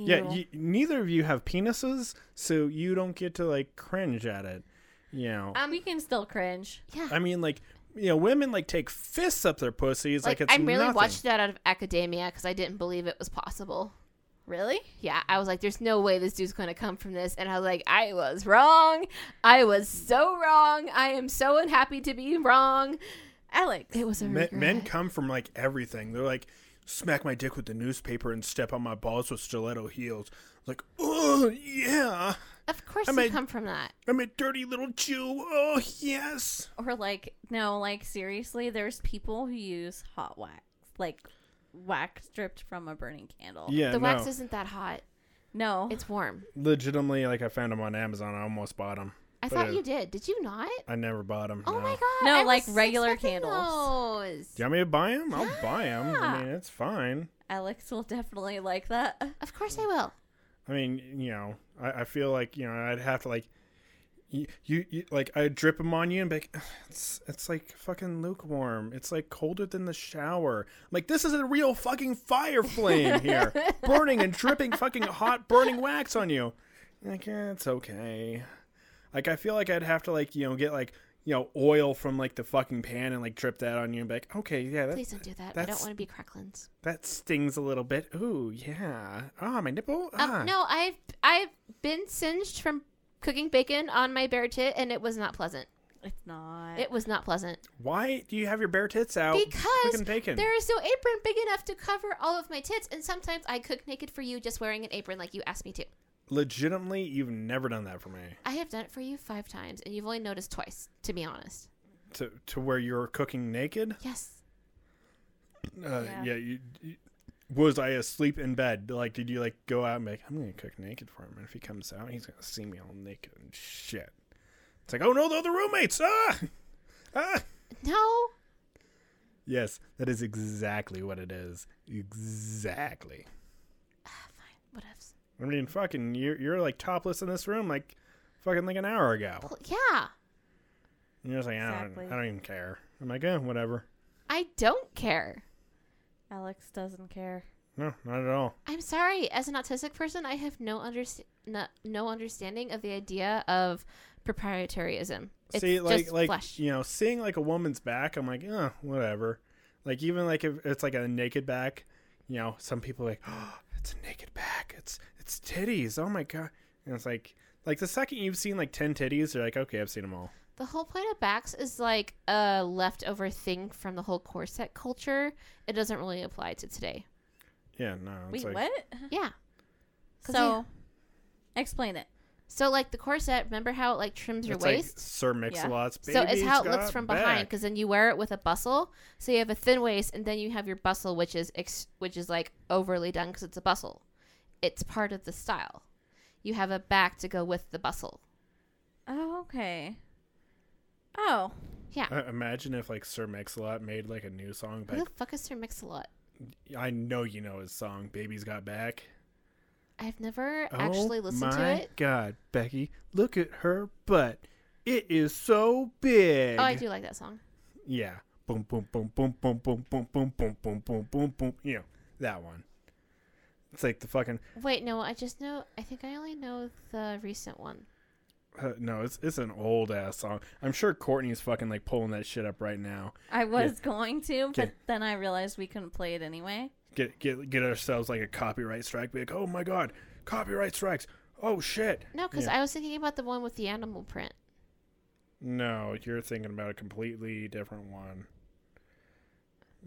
[SPEAKER 3] Yeah, you, neither of you have penises, so you don't get to like cringe at it. You know,
[SPEAKER 2] Uh,
[SPEAKER 1] Um, we can still cringe.
[SPEAKER 2] Yeah,
[SPEAKER 3] I mean, like, you know, women like take fists up their pussies, like,
[SPEAKER 2] like,
[SPEAKER 3] it's
[SPEAKER 2] I merely
[SPEAKER 3] nothing.
[SPEAKER 2] watched that out of academia because I didn't believe it was possible.
[SPEAKER 1] Really?
[SPEAKER 2] Yeah, I was like, "There's no way this dude's going to come from this," and I was like, "I was wrong. I was so wrong. I am so unhappy to be wrong."
[SPEAKER 1] Alex.
[SPEAKER 2] It was a
[SPEAKER 3] Men,
[SPEAKER 2] regret.
[SPEAKER 3] men come from like everything. They're like, smack my dick with the newspaper and step on my balls with stiletto heels. Like, oh yeah,
[SPEAKER 2] of course,
[SPEAKER 3] I
[SPEAKER 2] you
[SPEAKER 3] mean-
[SPEAKER 2] come from that.
[SPEAKER 3] I'm a dirty little Jew. Oh yes.
[SPEAKER 1] Or like no, like seriously, there's people who use hot wax. Like wax stripped from a burning candle.
[SPEAKER 3] Yeah,
[SPEAKER 2] the wax isn't that hot.
[SPEAKER 1] No.
[SPEAKER 2] It's warm.
[SPEAKER 3] legitimately like I found them on Amazon. I almost bought them.
[SPEAKER 2] I
[SPEAKER 3] uh,
[SPEAKER 2] thought you did. Did you not?
[SPEAKER 3] I never bought them.
[SPEAKER 2] Oh my god!
[SPEAKER 1] No,
[SPEAKER 2] I
[SPEAKER 1] like
[SPEAKER 2] was
[SPEAKER 1] regular
[SPEAKER 2] expecting those.
[SPEAKER 3] Do you want me to buy them? I'll buy them. I
[SPEAKER 2] Yeah.
[SPEAKER 3] mean, it's fine.
[SPEAKER 1] Alex will definitely like that.
[SPEAKER 2] Of course I will.
[SPEAKER 3] I mean, you know, I, I feel like you know I'd have to like. You, you, you like I drip them on you and be like, "Ugh, it's it's like fucking lukewarm. It's like colder than the shower. I'm like this is a real fucking fire flame here, burning and dripping fucking hot burning wax on you. You're Like yeah, it's okay. Like I feel like I'd have to like you know get like you know oil from like the fucking pan and like drip that on you and be like, okay, yeah, that
[SPEAKER 2] Please don't do that. I don't
[SPEAKER 3] that's-
[SPEAKER 2] want to be cracklins.
[SPEAKER 3] that stings a little bit. Ooh yeah. Ah, my nipple.
[SPEAKER 2] Um,
[SPEAKER 3] Ah.
[SPEAKER 2] No, I've I've been singed from cooking bacon on my bare tit, and it was not pleasant.
[SPEAKER 1] It's not.
[SPEAKER 2] It was not pleasant
[SPEAKER 3] Why do you have your bare tits out?
[SPEAKER 2] because
[SPEAKER 3] Oh, cooking bacon.
[SPEAKER 2] there is no apron big enough to cover all of my tits, and sometimes I cook naked for you, just wearing an apron like you asked me to.
[SPEAKER 3] Legitimately, you've never done that for me.
[SPEAKER 2] I have done it for you five times, and you've only noticed twice, to be honest.
[SPEAKER 3] To to where you're cooking naked.
[SPEAKER 2] Yes.
[SPEAKER 3] Uh,
[SPEAKER 1] Yeah.
[SPEAKER 3] yeah. you, you- was I asleep in bed? Like, did you like go out and be like, I'm gonna cook naked for him, and if he comes out, he's gonna see me all naked and shit. It's like, oh no, they're the roommates. Ah, ah.
[SPEAKER 2] No.
[SPEAKER 3] Yes, that is exactly what it is. Exactly.
[SPEAKER 2] What ifs?
[SPEAKER 3] I mean, fucking, you're you're like topless in this room, like, fucking like an hour ago.
[SPEAKER 2] Well, yeah.
[SPEAKER 3] And you're just like,
[SPEAKER 1] Exactly.
[SPEAKER 3] I don't, I don't even care. I'm like, eh, whatever.
[SPEAKER 2] I don't care.
[SPEAKER 1] Alex doesn't care.
[SPEAKER 3] No, not at all.
[SPEAKER 2] I'm sorry. As an autistic person, I have no underst- no, no understanding of the idea of proprietarism. It's
[SPEAKER 3] See, like,
[SPEAKER 2] just
[SPEAKER 3] like
[SPEAKER 2] flesh.
[SPEAKER 3] you know, seeing like a woman's back, I'm like, uh, whatever. Like even like if it's like a naked back, you know, some people are like, oh, it's a naked back. It's it's titties. Oh my god. And it's like, like the second you've seen like ten titties, you're like, okay, I've seen them all.
[SPEAKER 2] The whole point of backs is like a leftover thing from the whole corset culture. It doesn't really apply to today.
[SPEAKER 3] Yeah, no. It's
[SPEAKER 1] Wait,
[SPEAKER 3] like,
[SPEAKER 1] what?
[SPEAKER 2] Yeah. 'Cause
[SPEAKER 1] So explain it.
[SPEAKER 2] So like the corset, remember how it like trims your
[SPEAKER 3] It's like
[SPEAKER 2] waist?
[SPEAKER 3] Sir Mix-a-Lot's
[SPEAKER 2] so it's
[SPEAKER 3] baby's
[SPEAKER 2] how it looks
[SPEAKER 3] got
[SPEAKER 2] from behind
[SPEAKER 3] back.
[SPEAKER 2] because then you wear it with a bustle. So you have a thin waist, and then you have your bustle, which is ex- which is like overly done because it's a bustle. It's part of the style. You have a back to go with the bustle.
[SPEAKER 1] Oh, okay. Oh,
[SPEAKER 2] Yeah.
[SPEAKER 3] I- Imagine if like Sir Mix-a-Lot made like a new song,
[SPEAKER 2] Who
[SPEAKER 3] but
[SPEAKER 2] the fuck is Sir Mix-a-Lot?
[SPEAKER 3] I know you know his song "Baby's Got Back."
[SPEAKER 2] I've never actually listened
[SPEAKER 3] Oh my
[SPEAKER 2] to it.
[SPEAKER 3] God, Becky, look at her butt. It is so big.
[SPEAKER 2] Oh, I do like that song.
[SPEAKER 3] Yeah. Boom, boom, boom, boom, boom, boom, boom, boom, boom, boom, boom, boom, boom. You know that one. It's like the fucking
[SPEAKER 2] Wait, no, I just know. I think I only know the recent one.
[SPEAKER 3] uh, no. It's it's an old ass song. I'm sure Courtney's fucking like pulling that shit up right now.
[SPEAKER 1] I was going to, but
[SPEAKER 3] Okay.
[SPEAKER 1] then I realized we couldn't play it anyway.
[SPEAKER 3] Get get get ourselves like a copyright strike. Be like, oh my god, copyright strikes. Oh shit.
[SPEAKER 2] No, because
[SPEAKER 3] Yeah.
[SPEAKER 2] I was thinking about the one with the animal print.
[SPEAKER 3] No, you're thinking about a completely different one.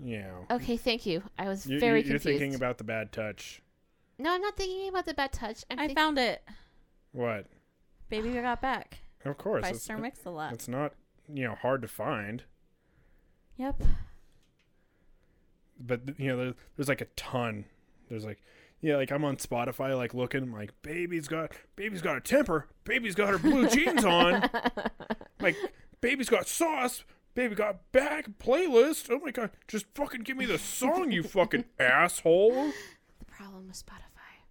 [SPEAKER 3] Yeah.
[SPEAKER 2] Okay, thank you. I was
[SPEAKER 3] You- you-
[SPEAKER 2] very
[SPEAKER 3] you're
[SPEAKER 2] confused.
[SPEAKER 3] thinking about the bad touch.
[SPEAKER 2] no, I'm not thinking about the bad touch. I'm
[SPEAKER 1] i
[SPEAKER 2] think-
[SPEAKER 1] found it.
[SPEAKER 3] What?
[SPEAKER 1] Baby I Got Back
[SPEAKER 3] Of course.
[SPEAKER 1] by
[SPEAKER 3] it's-
[SPEAKER 1] Sir Mix a Lot.
[SPEAKER 3] it's not you know hard to find.
[SPEAKER 1] Yep.
[SPEAKER 3] but th- you know there's, there's like a ton there's like yeah like i'm on spotify like looking I'm like baby's got baby's got a temper baby's got her blue jeans on like baby's got sauce baby got back playlist oh my god just fucking give me the song you fucking asshole
[SPEAKER 2] the problem with Spotify.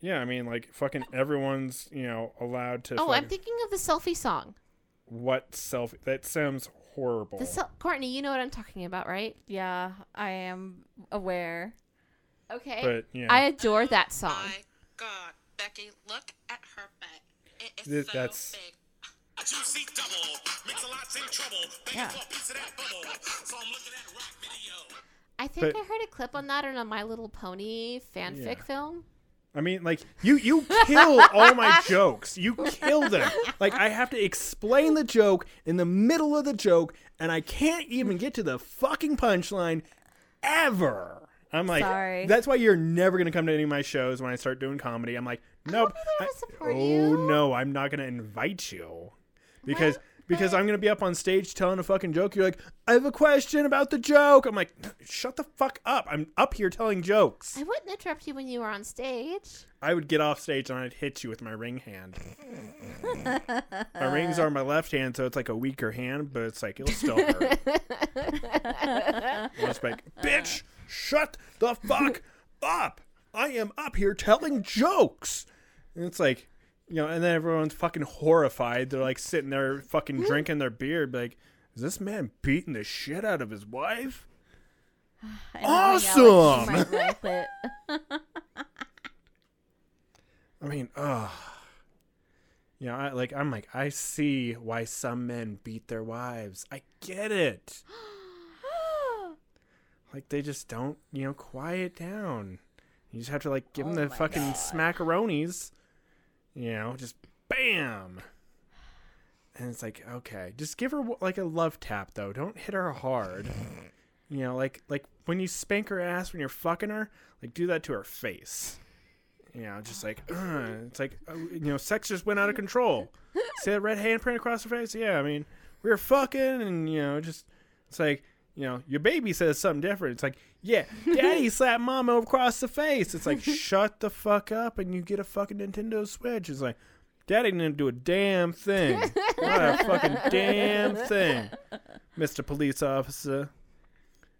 [SPEAKER 3] yeah i mean like fucking everyone's you know allowed to
[SPEAKER 2] Oh, I'm
[SPEAKER 3] fucking-
[SPEAKER 2] thinking of the selfie song.
[SPEAKER 3] what self that sounds horrible
[SPEAKER 2] The sel- Courtney, you know what I'm talking about, right?
[SPEAKER 1] Yeah, I am aware.
[SPEAKER 2] Okay.
[SPEAKER 3] but yeah
[SPEAKER 2] I adore that song.
[SPEAKER 5] My God, Becky, look at her butt. It is
[SPEAKER 3] Th-
[SPEAKER 5] so
[SPEAKER 3] that's-
[SPEAKER 5] big.
[SPEAKER 6] A two-seat double, mix a lot's in trouble. Begging
[SPEAKER 1] Yeah.
[SPEAKER 6] for a piece of that bubble, so I'm looking at rock video.
[SPEAKER 2] I think
[SPEAKER 3] but-
[SPEAKER 2] I heard a clip on that in a My Little Pony fanfic
[SPEAKER 3] Yeah.
[SPEAKER 2] film.
[SPEAKER 3] I mean, like you you kill all my jokes. You kill them. Like I have to explain the joke in the middle of the joke, and I can't even get to the fucking punchline ever. I'm like,
[SPEAKER 1] Sorry.
[SPEAKER 3] that's why you're never gonna come to any of my shows when I start doing comedy. I'm like, nope.
[SPEAKER 2] be there to support
[SPEAKER 3] oh
[SPEAKER 2] you.
[SPEAKER 3] no, I'm not gonna invite you because. Because I'm gonna be up on stage telling a fucking joke. You're like, I have a question about the joke. I'm like, shut the fuck up. I'm up here telling jokes.
[SPEAKER 2] I wouldn't interrupt you when you were on stage.
[SPEAKER 3] I would get off stage and I'd hit you with my ring hand. my rings are my left hand, so it's like a weaker hand, but it's like it'll still hurt. I'm just like, bitch, shut the fuck up! I am up here telling jokes. And it's like, you know, and then everyone's fucking horrified. They're like sitting there, fucking drinking their beer, be like, is this man beating the shit out of his wife?
[SPEAKER 1] I know how Alex might like it.
[SPEAKER 3] I mean, ugh. You know, I like I'm like I see why some men beat their wives. I get it. like they just don't, you know, quiet down. You just have to like give them the fucking smackaronis. You know, just bam. And it's like, okay, just give her like a love tap though. Don't hit her hard. you know, like like when you spank her ass when you're fucking her, like do that to her face. You know, just like uh, it's like uh, you know, sex just went out of control. See that red handprint across her face? Yeah, I mean, we were fucking, and you know, just it's like you know, your baby says something different. It's like, yeah, daddy slapped mama across the face. It's like, shut the fuck up, and you get a fucking Nintendo Switch. It's like, daddy didn't do a damn thing, not a fucking damn thing, Mister Police Officer.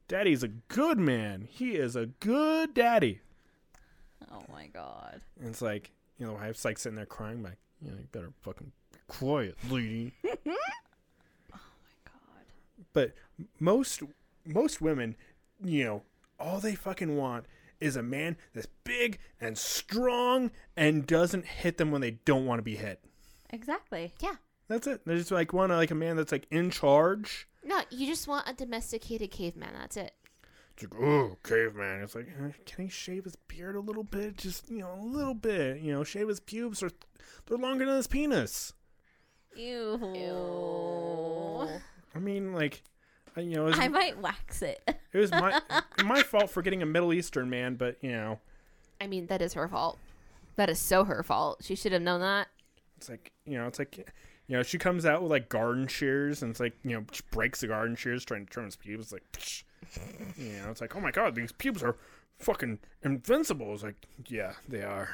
[SPEAKER 3] Daddy's a good man. He is a good daddy.
[SPEAKER 1] Oh my god.
[SPEAKER 3] And it's like, you know, the wife's like sitting there crying, like, you know, you better fucking be quiet, lady.
[SPEAKER 1] God.
[SPEAKER 3] But most most women, you know, all they fucking want is a man that's big and strong and doesn't hit them when they don't want to be hit.
[SPEAKER 1] Exactly.
[SPEAKER 2] Yeah.
[SPEAKER 3] That's it. They just like want like a man that's like in charge.
[SPEAKER 2] No, you just want a domesticated caveman. That's it.
[SPEAKER 3] It's like, oh, caveman. It's like, eh, can he shave his beard a little bit? Just you know, a little bit. You know, shave his pubes or they're longer than his penis.
[SPEAKER 1] Ew.
[SPEAKER 3] I mean, like, I- you know, it was,
[SPEAKER 1] I might wax it.
[SPEAKER 3] it was my my fault for getting a Middle Eastern man, but you know,
[SPEAKER 2] I mean, that is her fault. That is so her fault. She should have known that.
[SPEAKER 3] It's like you know, it's like you know, she comes out with like garden shears, and it's like you know, she breaks the garden shears trying to trim his pubes. Like, psh. you know, it's like oh my god, these pubes are fucking invincible. It's like yeah, they are.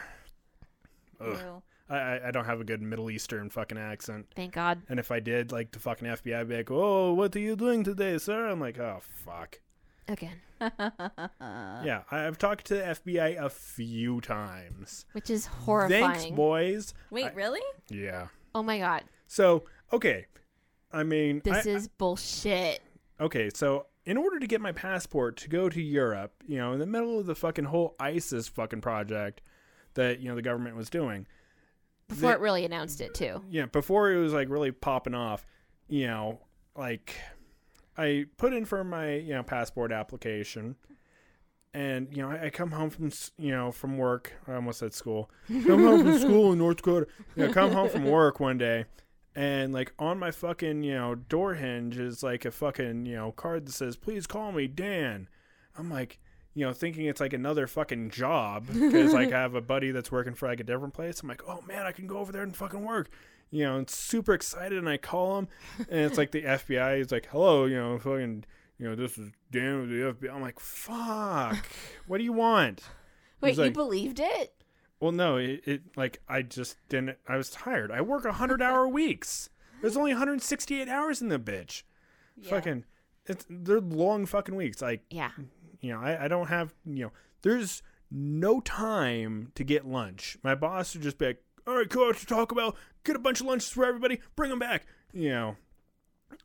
[SPEAKER 1] Ew.
[SPEAKER 3] I, I, I don't have a good Middle Eastern fucking accent.
[SPEAKER 2] Thank God.
[SPEAKER 3] And if I did, like the fucking FBI, would be like, "Oh, what are you doing today, sir?" I'm like, "Oh, fuck."
[SPEAKER 2] Again.
[SPEAKER 3] yeah, I, I've talked to the FBI a few times.
[SPEAKER 2] Which is horrifying.
[SPEAKER 3] Thanks, boys.
[SPEAKER 1] Wait, really?
[SPEAKER 3] Yeah.
[SPEAKER 2] oh my God.
[SPEAKER 3] So okay, I mean,
[SPEAKER 2] This
[SPEAKER 3] I-
[SPEAKER 2] is bullshit.
[SPEAKER 3] okay. So in order to get my passport to go to Europe, you know, in the middle of the fucking whole ISIS fucking project that you know the government was doing,
[SPEAKER 2] Before
[SPEAKER 3] they-
[SPEAKER 2] it really announced it, too.
[SPEAKER 3] yeah, before it was like really popping off, you know, like I put in for my you know passport application, and you know I, I come home from s- you know from work. I almost said school. Come home from school in North Dakota. You know, come home from work one day, and like on my fucking you know door hinge is like a fucking you know card that says please call me Dan. I'm like. You know, thinking it's like another fucking job because like I have a buddy that's working for like a different place. I'm like, oh man, I can go over there and fucking work you know, and super excited, and I call him, and it's like the FBI is like, "Hello, you know, fucking, you know, this is Dan with the FBI." I'm like, "Fuck, what do you want?"
[SPEAKER 2] Wait,
[SPEAKER 3] He's
[SPEAKER 2] you
[SPEAKER 3] like-
[SPEAKER 2] believed it?
[SPEAKER 3] Well, no, it, it like I just didn't. I was tired. I work hundred hour weeks. There's only 168 hours in the bitch. Fucking, it's they're long fucking weeks. Like,
[SPEAKER 2] Yeah.
[SPEAKER 3] you know, I, I don't have, you know, there's no time to get lunch. My boss would just be like, all right, cool, to talk about, get a bunch of lunches for everybody, bring them back, you know.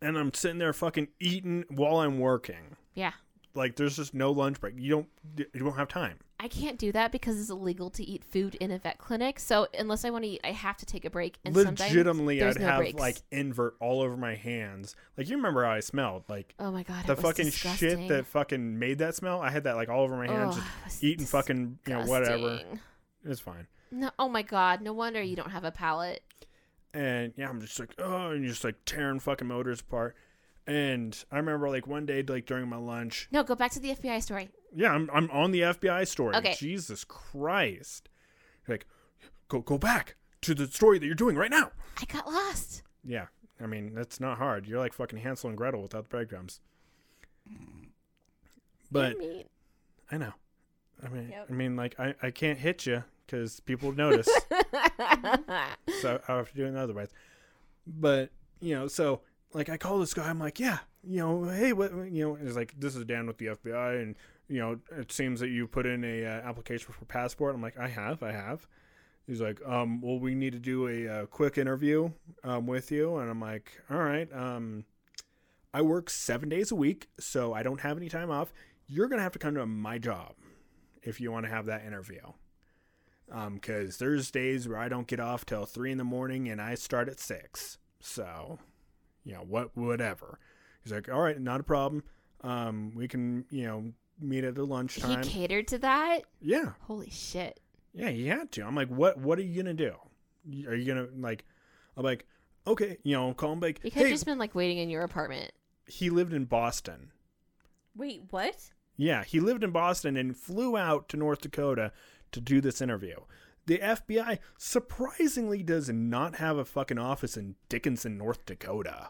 [SPEAKER 3] And I'm sitting there fucking eating while I'm working.
[SPEAKER 2] Yeah.
[SPEAKER 3] Like, there's just no lunch break. You don't, you don't have time.
[SPEAKER 2] I can't do that because it's illegal to eat food in a vet clinic. So unless I want to eat, I have to take a break. And sometimes
[SPEAKER 3] Legitimately,
[SPEAKER 2] there's
[SPEAKER 3] I'd
[SPEAKER 2] no
[SPEAKER 3] have
[SPEAKER 2] breaks.
[SPEAKER 3] like invert all over my hands. Like, you remember how I smelled. Like,
[SPEAKER 2] oh my god,
[SPEAKER 3] the
[SPEAKER 2] it was
[SPEAKER 3] fucking
[SPEAKER 2] disgusting.
[SPEAKER 3] shit that fucking made that smell, I had that like all over my
[SPEAKER 2] Ugh,
[SPEAKER 3] hands,
[SPEAKER 2] it was
[SPEAKER 3] just eating fucking, you know, whatever.
[SPEAKER 2] disgusting.
[SPEAKER 3] It's fine.
[SPEAKER 2] No, oh my god, no wonder you don't have a palate.
[SPEAKER 3] and yeah, I'm just like, oh, and just like tearing fucking motors apart. And I remember like one day, like during my lunch,
[SPEAKER 2] No, go back to the FBI story.
[SPEAKER 3] yeah, I'm I'm on the FBI story.
[SPEAKER 2] Okay.
[SPEAKER 3] Jesus Christ, like, go go back to the story that you're doing right now.
[SPEAKER 2] I got lost.
[SPEAKER 3] Yeah, I mean that's not hard. You're like fucking Hansel and Gretel without the breadcrumbs. But
[SPEAKER 2] I mean,
[SPEAKER 3] I know. I mean,
[SPEAKER 1] Yep.
[SPEAKER 3] I mean, like I, I can't hit you because people would notice. so I have to do it otherwise. But you know, so like I call this guy, I'm like, yeah, you know, hey, what, you know, and he's like, this is Dan with the FBI, and you know, it seems that you put in a uh, application for passport. I'm like, I have, I have. He's like, um, well, we need to do a, uh quick interview um, with you, and I'm like, all right, um, I work seven days a week, so I don't have any time off. You're gonna have to come to my job if you want to have that interview. Um, because there's days where I don't get off till three in the morning and I start at six. So, you know, what, whatever. He's like, all right, not a problem. Um, we can, you know, meet at a
[SPEAKER 2] he
[SPEAKER 3] lunchtime.
[SPEAKER 2] catered to that.
[SPEAKER 3] yeah,
[SPEAKER 2] Holy shit.
[SPEAKER 3] yeah, you had to. I'm like, what, what are you gonna do? Y- Are you gonna like? I'm like, okay, you know, call him back.
[SPEAKER 2] You could have
[SPEAKER 3] "Hey,"
[SPEAKER 2] just been like waiting in your apartment.
[SPEAKER 3] he lived in Boston.
[SPEAKER 1] Wait, what?
[SPEAKER 3] Yeah, he lived in Boston and flew out to North Dakota to do this interview. The FBI surprisingly does not have a fucking office in Dickinson, North Dakota.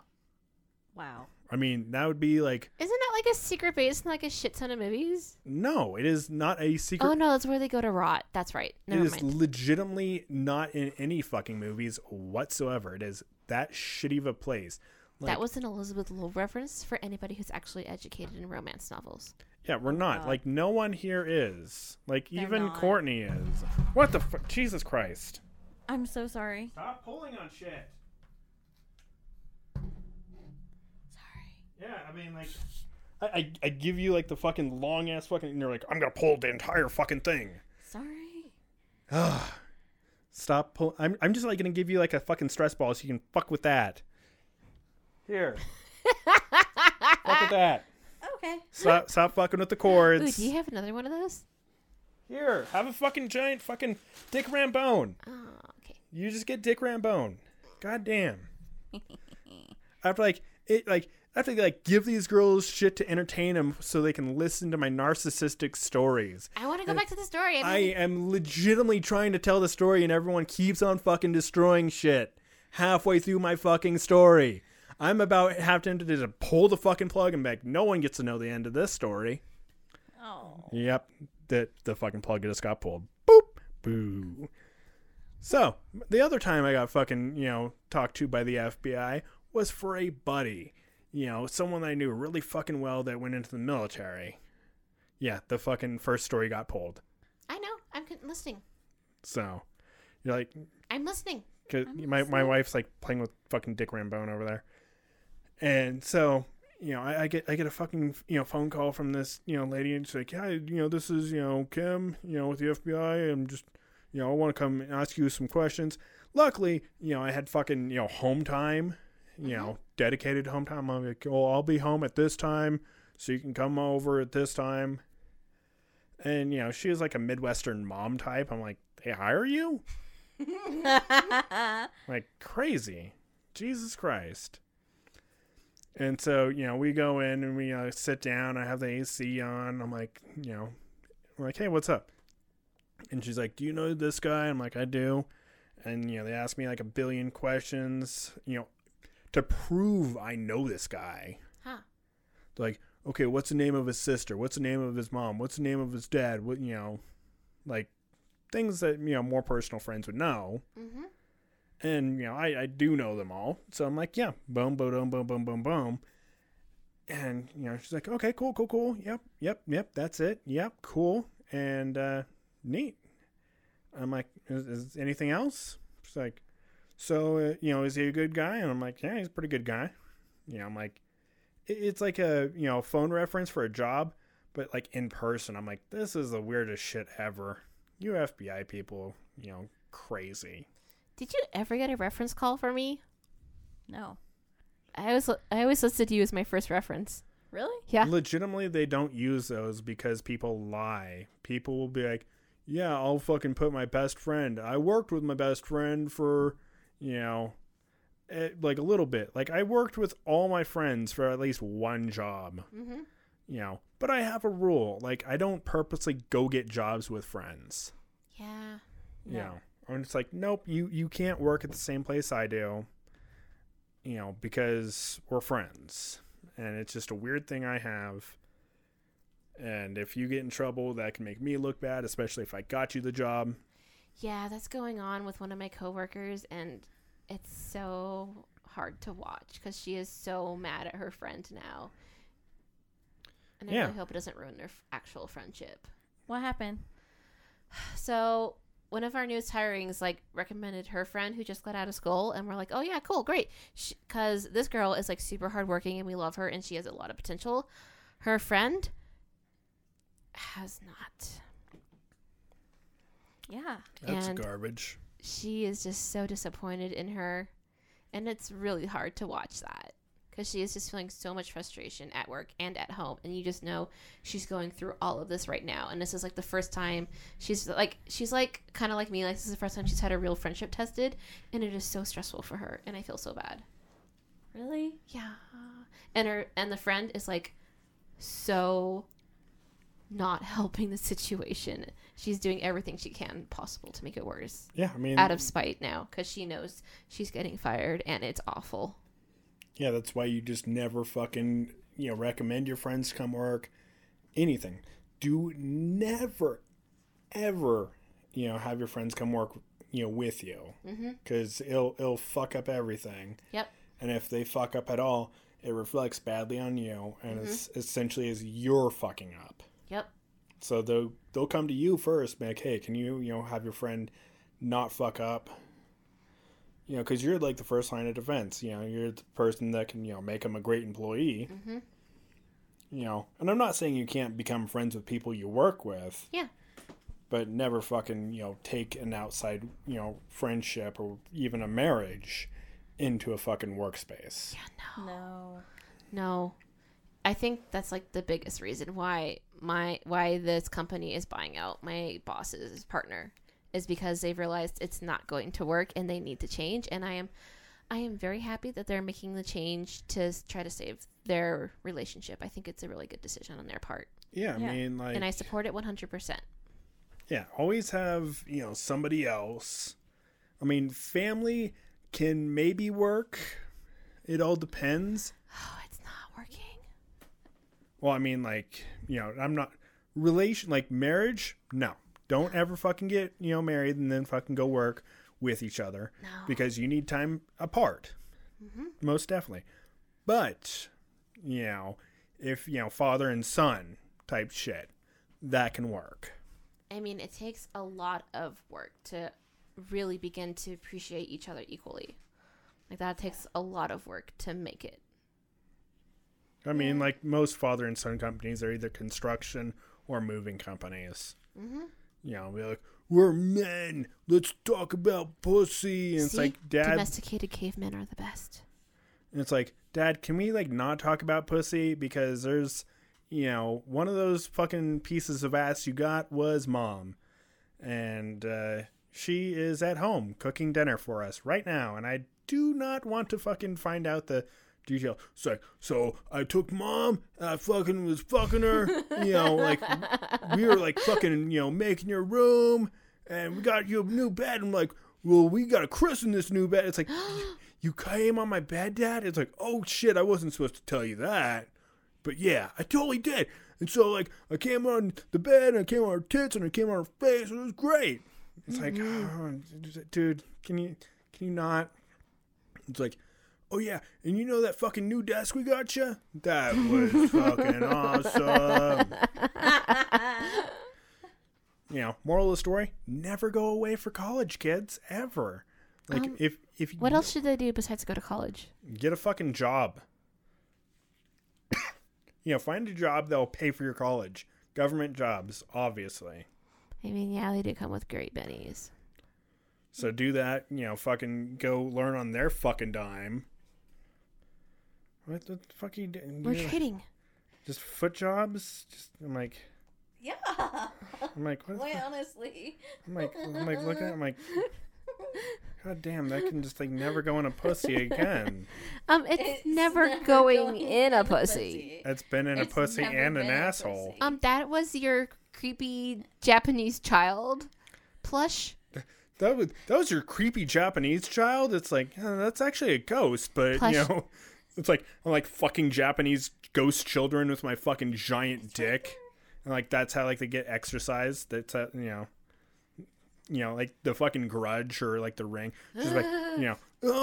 [SPEAKER 1] Wow.
[SPEAKER 3] I mean, that would be like
[SPEAKER 2] Isn't that like a secret base in like a shit ton of movies?
[SPEAKER 3] no, it is not a secret.
[SPEAKER 2] Oh no, that's where they go to rot. That's right.
[SPEAKER 3] it
[SPEAKER 2] Never
[SPEAKER 3] is
[SPEAKER 2] mind.
[SPEAKER 3] legitimately not in any fucking movies whatsoever. It is that shitty of a place.
[SPEAKER 2] that was an Elizabeth Lowell reference for anybody who's actually educated in romance novels.
[SPEAKER 3] Yeah, we're not.
[SPEAKER 1] God.
[SPEAKER 3] Like no one here is. Like even
[SPEAKER 1] not.
[SPEAKER 3] Courtney is. What the fuck? Jesus Christ!
[SPEAKER 1] I'm so sorry.
[SPEAKER 3] Stop pulling on shit.
[SPEAKER 1] Sorry.
[SPEAKER 3] Yeah, I mean, like, I, I, I give you like the fucking long ass fucking, and you're like, I'm gonna pull the entire fucking thing.
[SPEAKER 1] Sorry.
[SPEAKER 3] Stop pull. I'm, I'm just like gonna give you like a fucking stress ball so you can fuck with that. Here. fuck with that.
[SPEAKER 1] Okay.
[SPEAKER 3] Stop, stop fucking with the
[SPEAKER 2] Ooh,
[SPEAKER 3] cords.
[SPEAKER 2] do you have another one of those?
[SPEAKER 3] Here, have a fucking giant fucking Dick Rambone.
[SPEAKER 2] Oh, okay.
[SPEAKER 3] You just get Dick Rambone. God damn. after like it like after they like give these girls shit to entertain them so they can listen to my narcissistic stories.
[SPEAKER 2] I want to go back to the story.
[SPEAKER 3] I
[SPEAKER 2] I,
[SPEAKER 3] am legitimately trying to tell the story and everyone keeps on fucking destroying shit halfway through my fucking story. I'm about half tempted to just pull the fucking plug and be like, no one gets to know the end of this story.
[SPEAKER 1] Oh.
[SPEAKER 3] Yep. The the fucking plug just got pulled. Boop. Boo. So the other time I got fucking you know talked to by the FBI was for a buddy, you know, someone I knew really fucking well that went into the military. Yeah, the fucking first story got pulled.
[SPEAKER 2] I know. I'm con- listening.
[SPEAKER 3] So you're like,
[SPEAKER 2] I'm listening.
[SPEAKER 3] Cause my, my wife's like playing with fucking Dick Rambone over there, and so you know I, I get I get a fucking you know phone call from this you know lady and she's like yeah you know this is you know Kim you know with the FBI I'm just you know I want to come and ask you some questions. Luckily you know I had fucking you know home time, you know dedicated home time. I'm like well I'll be home at this time so you can come over at this time. And you know she was like a Midwestern mom type. I'm like they hire you like crazy jesus christ and so you know we go in and we uh, sit down i have the ac on i'm like you know i'm like hey what's up and she's like do you know this guy i'm like i do and you know they ask me like a billion questions you know to prove i know this guy
[SPEAKER 2] Huh.
[SPEAKER 3] like okay what's the name of his sister what's the name of his mom what's the name of his dad what you know like things that you know more personal friends would know
[SPEAKER 2] Mhm.
[SPEAKER 3] and you know I, I do know them all so i'm like yeah boom boom boom boom boom boom boom and you know she's like okay cool cool cool yep yep yep that's it yep cool and uh neat i'm like is, is anything else she's like so uh, you know is he a good guy and i'm like yeah he's a pretty good guy you know i'm like it, it's like a you know phone reference for a job but like in person i'm like this is the weirdest shit ever you fbi people you know crazy
[SPEAKER 2] Did you ever get a reference call for me?
[SPEAKER 1] No.
[SPEAKER 2] I always I always listed you as my first reference.
[SPEAKER 1] Really?
[SPEAKER 2] Yeah.
[SPEAKER 3] legitimately they don't use those because people lie people will be like yeah i'll fucking put my best friend i worked with my best friend for you know eh, like a little bit like i worked with all my friends for at least one job
[SPEAKER 2] Mm-hmm.
[SPEAKER 3] you know but i have a rule like i don't purposely go get jobs with friends
[SPEAKER 2] Yeah.
[SPEAKER 3] you know and it's like nope you you can't work at the same place i do you know because we're friends and it's just a weird thing i have and if you get in trouble that can make me look bad especially if i got you the job
[SPEAKER 2] Yeah, that's going on with one of my coworkers, and it's so hard to watch because she is so mad at her friend now. And I
[SPEAKER 3] Yeah.
[SPEAKER 2] really hope it doesn't ruin their f- actual friendship.
[SPEAKER 1] What happened?
[SPEAKER 2] So one of our newest hirings like recommended her friend who just got out of school, and we're like, oh yeah, cool, great, because this girl is like super hardworking and we love her and she has a lot of potential. Her friend has not.
[SPEAKER 1] Yeah.
[SPEAKER 3] that's
[SPEAKER 2] And-
[SPEAKER 3] garbage
[SPEAKER 2] she is just so disappointed in her and it's really hard to watch that because she is just feeling so much frustration at work and at home and you just know she's going through all of this right now and this is like the first time she's like she's like kind of like me like this is the first time she's had a real friendship tested and it is so stressful for her and i feel so bad
[SPEAKER 1] Really?
[SPEAKER 2] yeah and her and the friend is like so not helping the situation she's doing everything she can possible to make it worse
[SPEAKER 3] yeah i mean
[SPEAKER 2] out of spite now because she knows she's getting fired and it's awful.
[SPEAKER 3] yeah that's why you just never fucking you know recommend your friends to come work anything do never ever you know have your friends come work you know with you because it'll it'll fuck up everything
[SPEAKER 2] Yep.
[SPEAKER 3] and if they fuck up at all, it reflects badly on you, and it's essentially is your fucking up.
[SPEAKER 2] Yep.
[SPEAKER 3] So they'll they'll come to you first, be like, hey, can you you know have your friend not fuck up? You know, because you're like the first line of defense. You know, you're the person that can you know make them a great employee.
[SPEAKER 2] Mm-hmm.
[SPEAKER 3] You know, and I'm not saying you can't become friends with people you work with.
[SPEAKER 2] Yeah.
[SPEAKER 3] But never fucking you know take an outside you know friendship or even a marriage into a fucking workspace.
[SPEAKER 1] No.
[SPEAKER 2] No. I think that's like the biggest reason why my why this company is buying out my boss's partner is because they've realized it's not going to work and they need to change and I am I am very happy that they're making the change to s- try to save their relationship. I think it's a really good decision on their part
[SPEAKER 3] Yeah, I
[SPEAKER 1] Yeah.
[SPEAKER 3] mean, like,
[SPEAKER 2] and I support it 100%.
[SPEAKER 3] yeah, always have you know somebody else. I mean, family can maybe work. It all depends.
[SPEAKER 2] Oh, it's not working.
[SPEAKER 3] Well, I mean, like, you know, I'm not relation like marriage. No, don't ever fucking get you know married and then fucking go work with each other because you need time apart. Most definitely. But, you know, if, you know, father and son type shit, that can work.
[SPEAKER 2] I mean, it takes a lot of work to really begin to appreciate each other equally. Like that takes a lot of work to make it.
[SPEAKER 3] I mean, like most father and son companies are either construction or moving companies. Mm-hmm. You know, be like, we're men. Let's talk about pussy. And it's
[SPEAKER 2] See?
[SPEAKER 3] like, Dad,
[SPEAKER 2] domesticated cavemen are the best.
[SPEAKER 3] and it's like, Dad, can we like not talk about pussy because there's, you know, one of those fucking pieces of ass you got was mom, and uh, she is at home cooking dinner for us right now, and I do not want to fucking find out the detail. It's like, so I took mom, and I fucking was fucking her, you know, like we were like fucking, you know, making your room, and we got you a new bed. I'm like, well, we got to christen this new bed. It's like, you came on my bed, Dad? It's like, oh shit, I wasn't supposed to tell you that. But yeah, I totally did. And so, like, I came on the bed, and I came on her tits, and I came on her face, and it was great. It's like, oh, dude, can you can you not? It's like, oh yeah, and you know that fucking new desk we got you? That was fucking awesome. you know, moral of the story: never go away for college, kids, ever. Like,
[SPEAKER 2] Um,
[SPEAKER 3] if if you
[SPEAKER 2] What else should they do besides go to college?
[SPEAKER 3] get a fucking job. you know, find a job that'll pay for your college. Government jobs, obviously.
[SPEAKER 2] I mean, yeah, they do come with great bennies.
[SPEAKER 3] So do that, you know, fucking go learn on their fucking dime. What the fuck are you doing?
[SPEAKER 2] We're
[SPEAKER 3] Yeah.
[SPEAKER 2] trading.
[SPEAKER 3] Just foot jobs? Just I'm like
[SPEAKER 1] Yeah.
[SPEAKER 3] I'm like what the
[SPEAKER 1] Wait,
[SPEAKER 3] fuck?
[SPEAKER 1] honestly.
[SPEAKER 3] I'm like I'm like looking at I'm like God damn, that can just like never go in a pussy again.
[SPEAKER 2] Um, it's, never, going, in a pussy.
[SPEAKER 3] That's been in
[SPEAKER 1] It's
[SPEAKER 3] a pussy
[SPEAKER 1] never
[SPEAKER 3] and an
[SPEAKER 1] been a
[SPEAKER 3] asshole.
[SPEAKER 1] pussy.
[SPEAKER 2] Um, that was your creepy Japanese child plush.
[SPEAKER 3] That was that was your creepy Japanese child. It's like "Huh, that's actually a ghost, but
[SPEAKER 2] Plush.
[SPEAKER 3] you know, it's like I'm like fucking Japanese ghost children with my fucking giant dick, and like that's how like they get exercise. That's how, you know, you know, like the fucking Grudge or like the Ring, just like you know,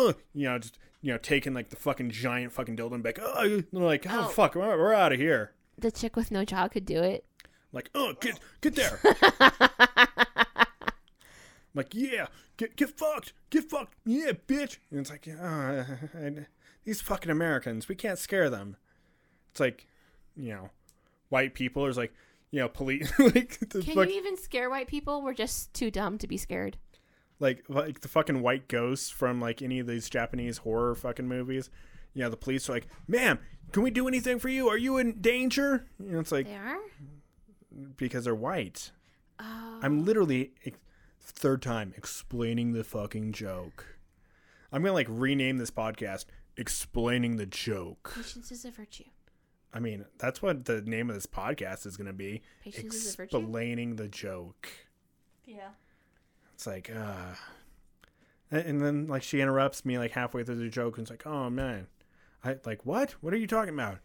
[SPEAKER 3] Ugh, you know, just you know, taking like the fucking giant fucking dildo and be like, oh, and they're like, oh, fuck, we're, we're out of here.
[SPEAKER 2] The chick with no jaw could do it.
[SPEAKER 3] Like, oh, get get there. like, yeah, get get fucked, get fucked, yeah, bitch. And it's like, uh, I- these fucking Americans, we can't scare them. It's like, you know, white people is like, you know, police, like the
[SPEAKER 2] Can
[SPEAKER 3] fuck,
[SPEAKER 2] you e-, even scare white people? We're just too dumb to be scared.
[SPEAKER 3] like like the fucking white ghosts from like any of these Japanese horror fucking movies. You know, the police are like, ma'am, can we do anything for you? Are you in danger? You know, it's like
[SPEAKER 2] They are.
[SPEAKER 3] because they're white.
[SPEAKER 2] Oh.
[SPEAKER 3] I'm literally ex- third time explaining the fucking joke. I'm gonna like rename this podcast "Explaining the Joke."
[SPEAKER 2] Patience is a virtue.
[SPEAKER 3] I mean, that's what the name of this podcast is gonna be:
[SPEAKER 2] Patience is a virtue?
[SPEAKER 3] "Explaining the Joke."
[SPEAKER 1] Yeah.
[SPEAKER 3] It's like, uh, and- and then like she interrupts me like halfway through the joke and's like, "Oh man, I like what? What are you talking about?"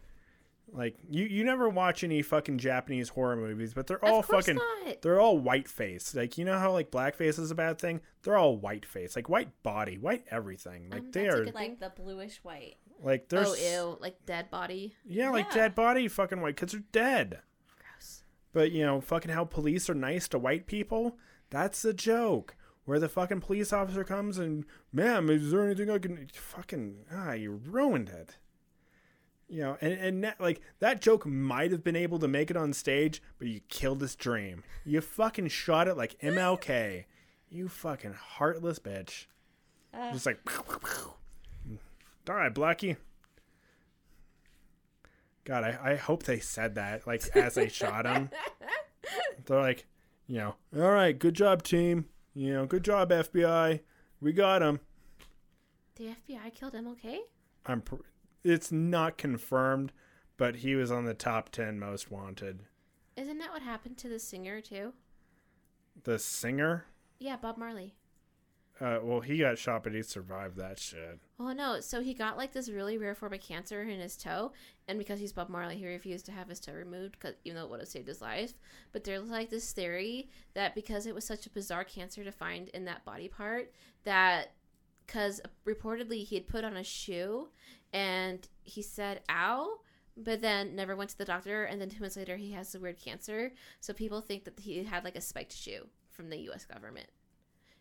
[SPEAKER 3] Like you, you never watch any fucking Japanese horror movies, but they're all
[SPEAKER 2] course
[SPEAKER 3] fucking
[SPEAKER 2] not.
[SPEAKER 3] they're all white face. Like you know how like blackface is a bad thing? They're all white face. Like white body, white everything. Like
[SPEAKER 2] Um,
[SPEAKER 3] they
[SPEAKER 2] that's a
[SPEAKER 3] are
[SPEAKER 2] good thing.
[SPEAKER 1] Like the bluish white.
[SPEAKER 3] like they're s-
[SPEAKER 2] Oh ew, like dead body.
[SPEAKER 3] yeah, like
[SPEAKER 1] Yeah.
[SPEAKER 3] dead body fucking white kids are dead.
[SPEAKER 2] Gross.
[SPEAKER 3] But you know, fucking how police are nice to white people? That's the joke. Where the fucking police officer comes and, ma'am, is there anything I can fucking ah, you ruined it. You know, and and that, like that joke might have been able to make it on stage, but you killed this dream. You fucking shot it like MLK. You fucking heartless bitch.
[SPEAKER 1] Uh,
[SPEAKER 3] Just like, all right, Blackie. God, I, I hope they said that like as they shot him. They're like, you know, all right, good job, team. You know, good job, FBI. We got him.
[SPEAKER 2] The FBI killed MLK.
[SPEAKER 3] I'm. Pr- it's not confirmed, but he was on the top ten most wanted.
[SPEAKER 2] Isn't that what happened to the singer too?
[SPEAKER 3] The singer.
[SPEAKER 2] Yeah, Bob Marley.
[SPEAKER 3] Uh, well, he got shot, but he survived that shit.
[SPEAKER 2] Oh no! So he got like this really rare form of cancer in his toe, and because he's Bob Marley, he refused to have his toe removed, 'cause- even though it would have saved his life. But there's like this theory that because it was such a bizarre cancer to find in that body part, that because reportedly he had put on a shoe, and he said "ow," but then never went to the doctor, and then two months later he has the weird cancer. So people think that he had like a spiked shoe from the U.S. government.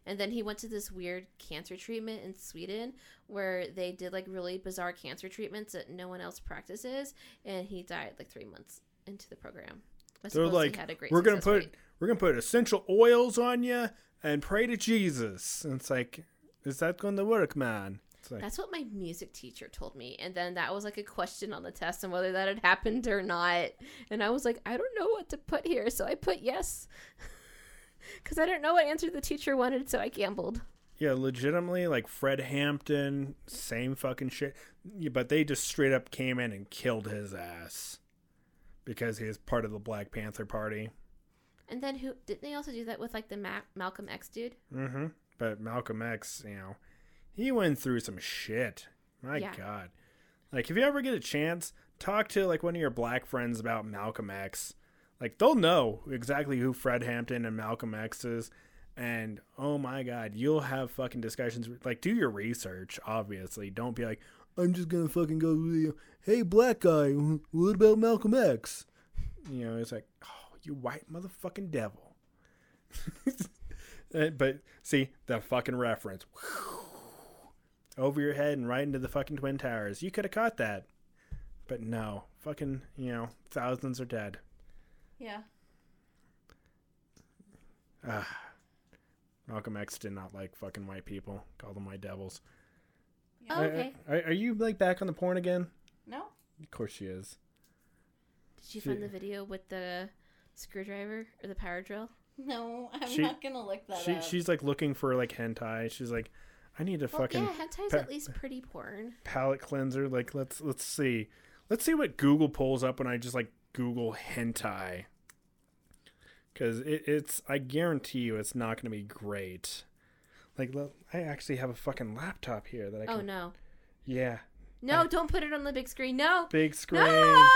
[SPEAKER 2] And then he went to this weird cancer treatment in Sweden where they did like really bizarre cancer treatments that no one else practices, and he died like three months into the program. I
[SPEAKER 3] They're
[SPEAKER 2] suppose he
[SPEAKER 3] like,
[SPEAKER 2] had a great
[SPEAKER 3] we're gonna
[SPEAKER 2] success
[SPEAKER 3] put
[SPEAKER 2] rate."
[SPEAKER 3] we're gonna put essential oils on you and pray to Jesus. And it's like, is that going to work, man? It's like,
[SPEAKER 2] That's what my music teacher told me, and then that was like a question on the test and whether that had happened or not. And I was like, I don't know what to put here, so I put yes, because I don't know what answer the teacher wanted, so I gambled.
[SPEAKER 3] yeah, legitimately, like Fred Hampton, same fucking shit. Yeah, but they just straight up came in and killed his ass because he is part of the Black Panther Party.
[SPEAKER 2] And then who didn't they also do that with like the Ma- Malcolm X dude?
[SPEAKER 3] Mm-hmm. But Malcolm X, you know, he went through some shit. My
[SPEAKER 2] Yeah.
[SPEAKER 3] God. Like, if you ever get a chance, talk to like one of your black friends about Malcolm X. Like, they'll know exactly who Fred Hampton and Malcolm X is. And oh my God, you'll have fucking discussions. with- Like, do your research, obviously. Don't be like, I'm just gonna fucking go, you know, hey, black guy, what about Malcolm X? You know, it's like, oh, you white motherfucking devil. Uh, But see the fucking reference over your head and right into the fucking twin towers. You could have caught that, but no, fucking you know thousands are dead.
[SPEAKER 1] Yeah.
[SPEAKER 3] Malcolm X did not like fucking white people. Called them white devils.
[SPEAKER 2] Oh, okay.
[SPEAKER 3] Are, are- are you like back on the porn again?
[SPEAKER 1] No.
[SPEAKER 3] Of course she is.
[SPEAKER 2] Did you find
[SPEAKER 3] She-
[SPEAKER 2] the video with the screwdriver or the power drill?
[SPEAKER 1] No, I'm
[SPEAKER 3] She-
[SPEAKER 1] not gonna look that
[SPEAKER 3] She
[SPEAKER 1] up.
[SPEAKER 3] she's like looking for like hentai. She's like, I need to
[SPEAKER 2] uh, Well,
[SPEAKER 3] fucking
[SPEAKER 2] yeah, hentai's
[SPEAKER 3] pa-
[SPEAKER 2] at least pretty porn.
[SPEAKER 3] palette cleanser. Like let's let's see, let's see what Google pulls up when I just like Google hentai. Because it, it's, I guarantee you, it's not going to be great. Like, look, I actually have a fucking laptop here that I can.
[SPEAKER 2] Oh no,
[SPEAKER 3] Yeah,
[SPEAKER 2] no! Don't put it on the big screen. No,
[SPEAKER 3] big screen.
[SPEAKER 2] no,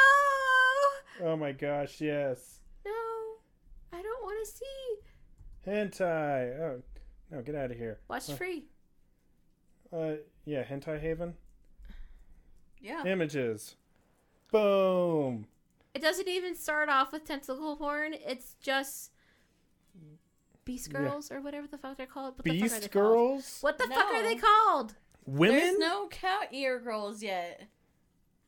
[SPEAKER 3] Oh my gosh, yes,
[SPEAKER 2] no! I don't want to see.
[SPEAKER 3] hentai. Oh no, get out of here.
[SPEAKER 2] Watch free.
[SPEAKER 3] Uh, yeah, hentai haven
[SPEAKER 2] Oh.
[SPEAKER 1] yeah.
[SPEAKER 3] images. Boom.
[SPEAKER 2] It doesn't even start off with tentacle porn. It's just beast girls or whatever the fuck they're called. What the fuck are they
[SPEAKER 3] Beast
[SPEAKER 2] called?
[SPEAKER 3] girls.
[SPEAKER 2] What the fuck are
[SPEAKER 1] No.
[SPEAKER 2] they called?
[SPEAKER 1] There's
[SPEAKER 3] Women.
[SPEAKER 1] no cat ear girls yet.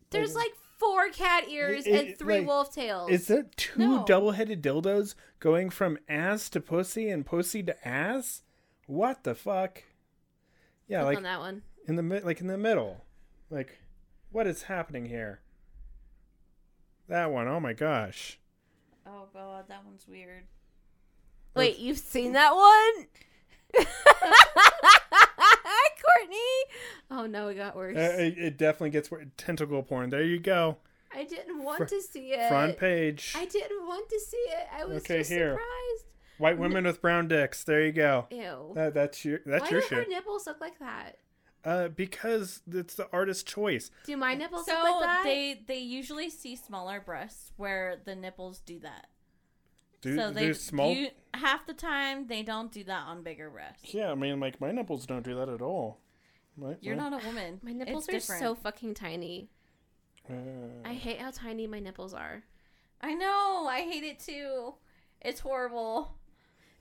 [SPEAKER 2] There's like four cat ears
[SPEAKER 3] it-
[SPEAKER 2] and three
[SPEAKER 3] like,
[SPEAKER 2] wolf tails.
[SPEAKER 3] Is there two
[SPEAKER 1] No.
[SPEAKER 3] double-headed dildos going from ass to pussy and pussy to ass? What the fuck? Yeah,
[SPEAKER 2] Click
[SPEAKER 3] like
[SPEAKER 2] on that one.
[SPEAKER 3] in the mi- like in the middle. Like what is happening here? That one, oh my gosh.
[SPEAKER 1] Oh god, that one's weird.
[SPEAKER 2] Wait, you've seen that one? Courtney. Oh no, it got worse.
[SPEAKER 3] Uh, it, it definitely gets wor- tentacle porn. There you go.
[SPEAKER 2] I didn't want to see it.
[SPEAKER 3] Front page.
[SPEAKER 2] I didn't want to see it. I was
[SPEAKER 3] Okay,
[SPEAKER 2] just
[SPEAKER 3] here.
[SPEAKER 2] surprised.
[SPEAKER 3] White women with brown dicks. There you go.
[SPEAKER 2] Ew.
[SPEAKER 3] That, that's your that's
[SPEAKER 2] Why
[SPEAKER 3] your
[SPEAKER 2] do her
[SPEAKER 3] shit.
[SPEAKER 2] nipples look like that?
[SPEAKER 3] uh, because it's the artist's choice.
[SPEAKER 2] Do my nipples
[SPEAKER 1] So
[SPEAKER 2] look like that?
[SPEAKER 1] they they usually see smaller breasts where the nipples do that.
[SPEAKER 3] Do,
[SPEAKER 1] so they
[SPEAKER 3] do small.
[SPEAKER 1] you- half the time they don't do that on bigger breasts.
[SPEAKER 3] Yeah, I mean, like my nipples don't do that at all. My,
[SPEAKER 1] You're
[SPEAKER 3] my-
[SPEAKER 1] not a woman.
[SPEAKER 2] My nipples
[SPEAKER 1] It's
[SPEAKER 2] are
[SPEAKER 1] different.
[SPEAKER 2] so fucking tiny.
[SPEAKER 3] Uh,
[SPEAKER 2] I hate how tiny my nipples are.
[SPEAKER 1] I know. I hate it too. It's horrible.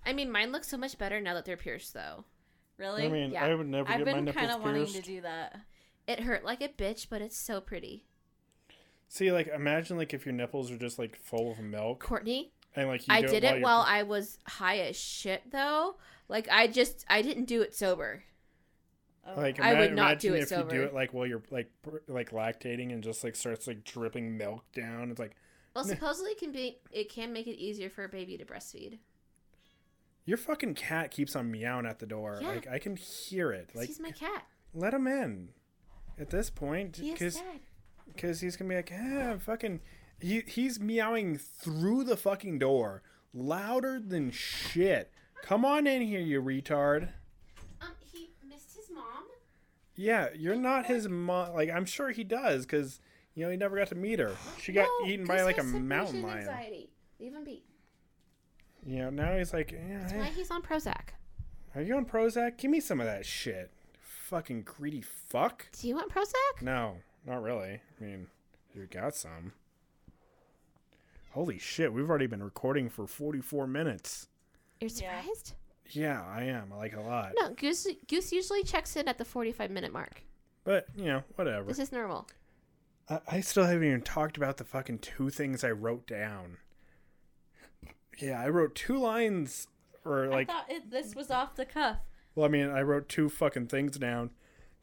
[SPEAKER 2] I mean, mine look so much better now that they're pierced, though.
[SPEAKER 1] Really.
[SPEAKER 3] I mean,
[SPEAKER 2] yeah.
[SPEAKER 3] I would never
[SPEAKER 1] I've
[SPEAKER 3] get my
[SPEAKER 1] been kind
[SPEAKER 3] nipples
[SPEAKER 1] of wanting
[SPEAKER 3] pierced.
[SPEAKER 1] to do that.
[SPEAKER 2] It hurt like a bitch, but it's so pretty.
[SPEAKER 3] See, like, imagine like if your nipples are just like full of milk,
[SPEAKER 2] Courtney,
[SPEAKER 3] and like you
[SPEAKER 2] I
[SPEAKER 3] do
[SPEAKER 2] did
[SPEAKER 3] while
[SPEAKER 2] it
[SPEAKER 3] you're-
[SPEAKER 2] while I was high as shit, though. Like I just, I didn't do it sober.
[SPEAKER 3] Like,
[SPEAKER 2] I would
[SPEAKER 3] ima-
[SPEAKER 2] not do
[SPEAKER 3] imagine
[SPEAKER 2] it
[SPEAKER 3] if you do
[SPEAKER 2] sober.
[SPEAKER 3] it like while you're like pr- like lactating and just like starts like dripping milk down. It's like
[SPEAKER 2] Well, supposedly it can be, it can make it easier for a baby to breastfeed.
[SPEAKER 3] your fucking cat keeps on meowing at the door.
[SPEAKER 2] Yeah.
[SPEAKER 3] Like I can hear it.
[SPEAKER 2] 'Cause
[SPEAKER 3] Like
[SPEAKER 2] he's my cat.
[SPEAKER 3] let him in. At this point,
[SPEAKER 2] He is
[SPEAKER 3] because
[SPEAKER 2] dad.
[SPEAKER 3] because he's gonna be like, ah, fucking. He he's meowing through the fucking door, louder than shit. Come on in here, you retard.
[SPEAKER 2] Um, he
[SPEAKER 3] Yeah, you're not his mom. Like I'm sure he does because you know he never got to meet her. She got eaten by like a mountain lion.
[SPEAKER 2] Leave him be.
[SPEAKER 3] You know now he's like, yeah,
[SPEAKER 2] Why he's on Prozac?
[SPEAKER 3] are you on Prozac? Give me some of that shit. Fucking greedy fuck.
[SPEAKER 2] Do you want Prozac?
[SPEAKER 3] No, not really. I mean, you got some. Holy shit, we've already been recording for 44 minutes.
[SPEAKER 2] You're
[SPEAKER 1] Yeah.
[SPEAKER 2] surprised?
[SPEAKER 3] Yeah, I am. I like it a lot.
[SPEAKER 2] No, Goose Goose usually checks in at the 45 minute mark.
[SPEAKER 3] But, you know, whatever.
[SPEAKER 2] This is normal.
[SPEAKER 3] I, I still haven't even talked about the fucking two things I wrote down. Yeah, I wrote two lines, or like,
[SPEAKER 1] I thought it, this was off the cuff.
[SPEAKER 3] well, I mean, I wrote two fucking things down.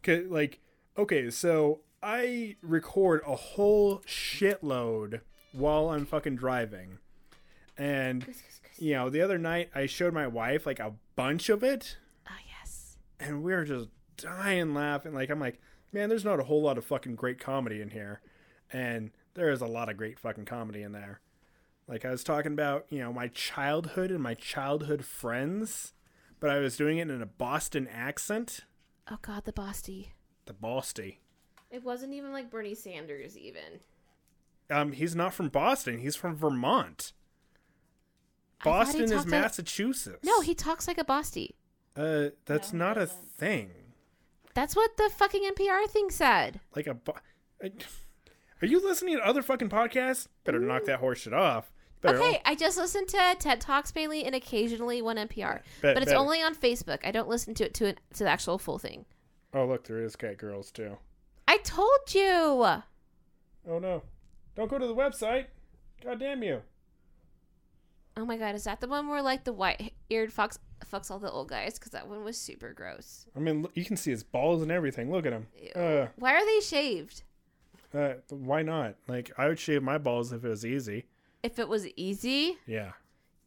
[SPEAKER 3] 'Cause, like, okay, so I record a whole shitload while I'm fucking driving. And
[SPEAKER 2] Oh,
[SPEAKER 3] you know, the other night I showed my wife like a bunch of it,
[SPEAKER 2] Oh yes.
[SPEAKER 3] and we were just dying laughing. Like I'm like, man, there's not a whole lot of fucking great comedy in here, and there is a lot of great fucking comedy in there. Like I was talking about, you know, my childhood and my childhood friends, but I was doing it in a Boston accent,
[SPEAKER 2] Oh god, the Bosty.
[SPEAKER 3] the Bosty.
[SPEAKER 2] It wasn't even like Bernie Sanders even.
[SPEAKER 3] Um, he's not from Boston. He's from Vermont.
[SPEAKER 2] thought he
[SPEAKER 3] Boston is
[SPEAKER 2] talked like-
[SPEAKER 3] Massachusetts.
[SPEAKER 2] No, he talks like a Bosty.
[SPEAKER 3] Uh, that's
[SPEAKER 1] No, he
[SPEAKER 3] not a
[SPEAKER 1] doesn't.
[SPEAKER 3] thing.
[SPEAKER 2] That's what the fucking NPR thing said.
[SPEAKER 3] like a bo- I- are you listening to other fucking podcasts better knock that horse shit off better
[SPEAKER 2] Mm. Okay, I just listen to TED Talks mainly and occasionally one NPR,
[SPEAKER 3] Bet-
[SPEAKER 2] but it's
[SPEAKER 3] better.
[SPEAKER 2] only on Facebook. I don't listen to it to an, to the actual full thing.
[SPEAKER 3] oh look there is cat girls too
[SPEAKER 2] I told you.
[SPEAKER 3] oh no don't go to the website god damn you
[SPEAKER 2] Oh my god, is that the one where like the white-eared fox fucks all the old guys? Because that one was super gross.
[SPEAKER 3] i mean look, you can see his balls and everything look at him uh,
[SPEAKER 2] Why are they shaved?
[SPEAKER 3] uh why not like i would shave my balls if it was easy
[SPEAKER 2] If it was easy,
[SPEAKER 3] yeah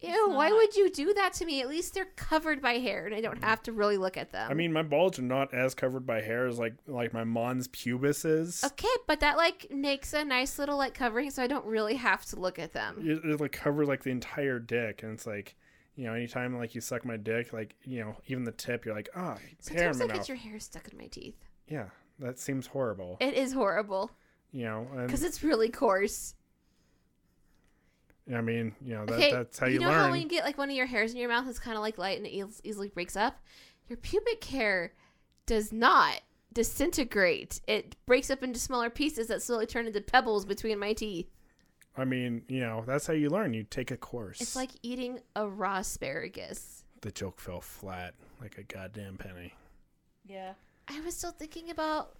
[SPEAKER 2] ew. Why would you do that to me? At least they're covered by hair, and I don't have to really look at them.
[SPEAKER 3] i mean my balls are not as covered by hair as like like my mom's pubis is
[SPEAKER 2] okay, but that like makes a nice little like covering, so I don't really have to look at them.
[SPEAKER 3] it, it like covers like the entire dick and it's like you know anytime like you suck my dick like you know even the tip you're like ah hair in
[SPEAKER 2] Sometimes
[SPEAKER 3] my
[SPEAKER 2] I get
[SPEAKER 3] mouth
[SPEAKER 2] your hair stuck in my teeth.
[SPEAKER 3] yeah that seems horrible
[SPEAKER 2] It is horrible
[SPEAKER 3] you know
[SPEAKER 2] because
[SPEAKER 3] and
[SPEAKER 2] it's really coarse.
[SPEAKER 3] i mean you know that,
[SPEAKER 2] okay,
[SPEAKER 3] that's how you,
[SPEAKER 2] know
[SPEAKER 3] learn
[SPEAKER 2] how when you get like one of your hairs in your mouth, it's kind of like light and it eas- easily breaks up. Your pubic hair does not disintegrate. It breaks up into smaller pieces that slowly turn into pebbles between my teeth.
[SPEAKER 3] i mean you know that's how you learn you take a course
[SPEAKER 2] It's like eating a raw asparagus.
[SPEAKER 3] the joke fell flat like a goddamn penny
[SPEAKER 1] Yeah.
[SPEAKER 2] I was still thinking about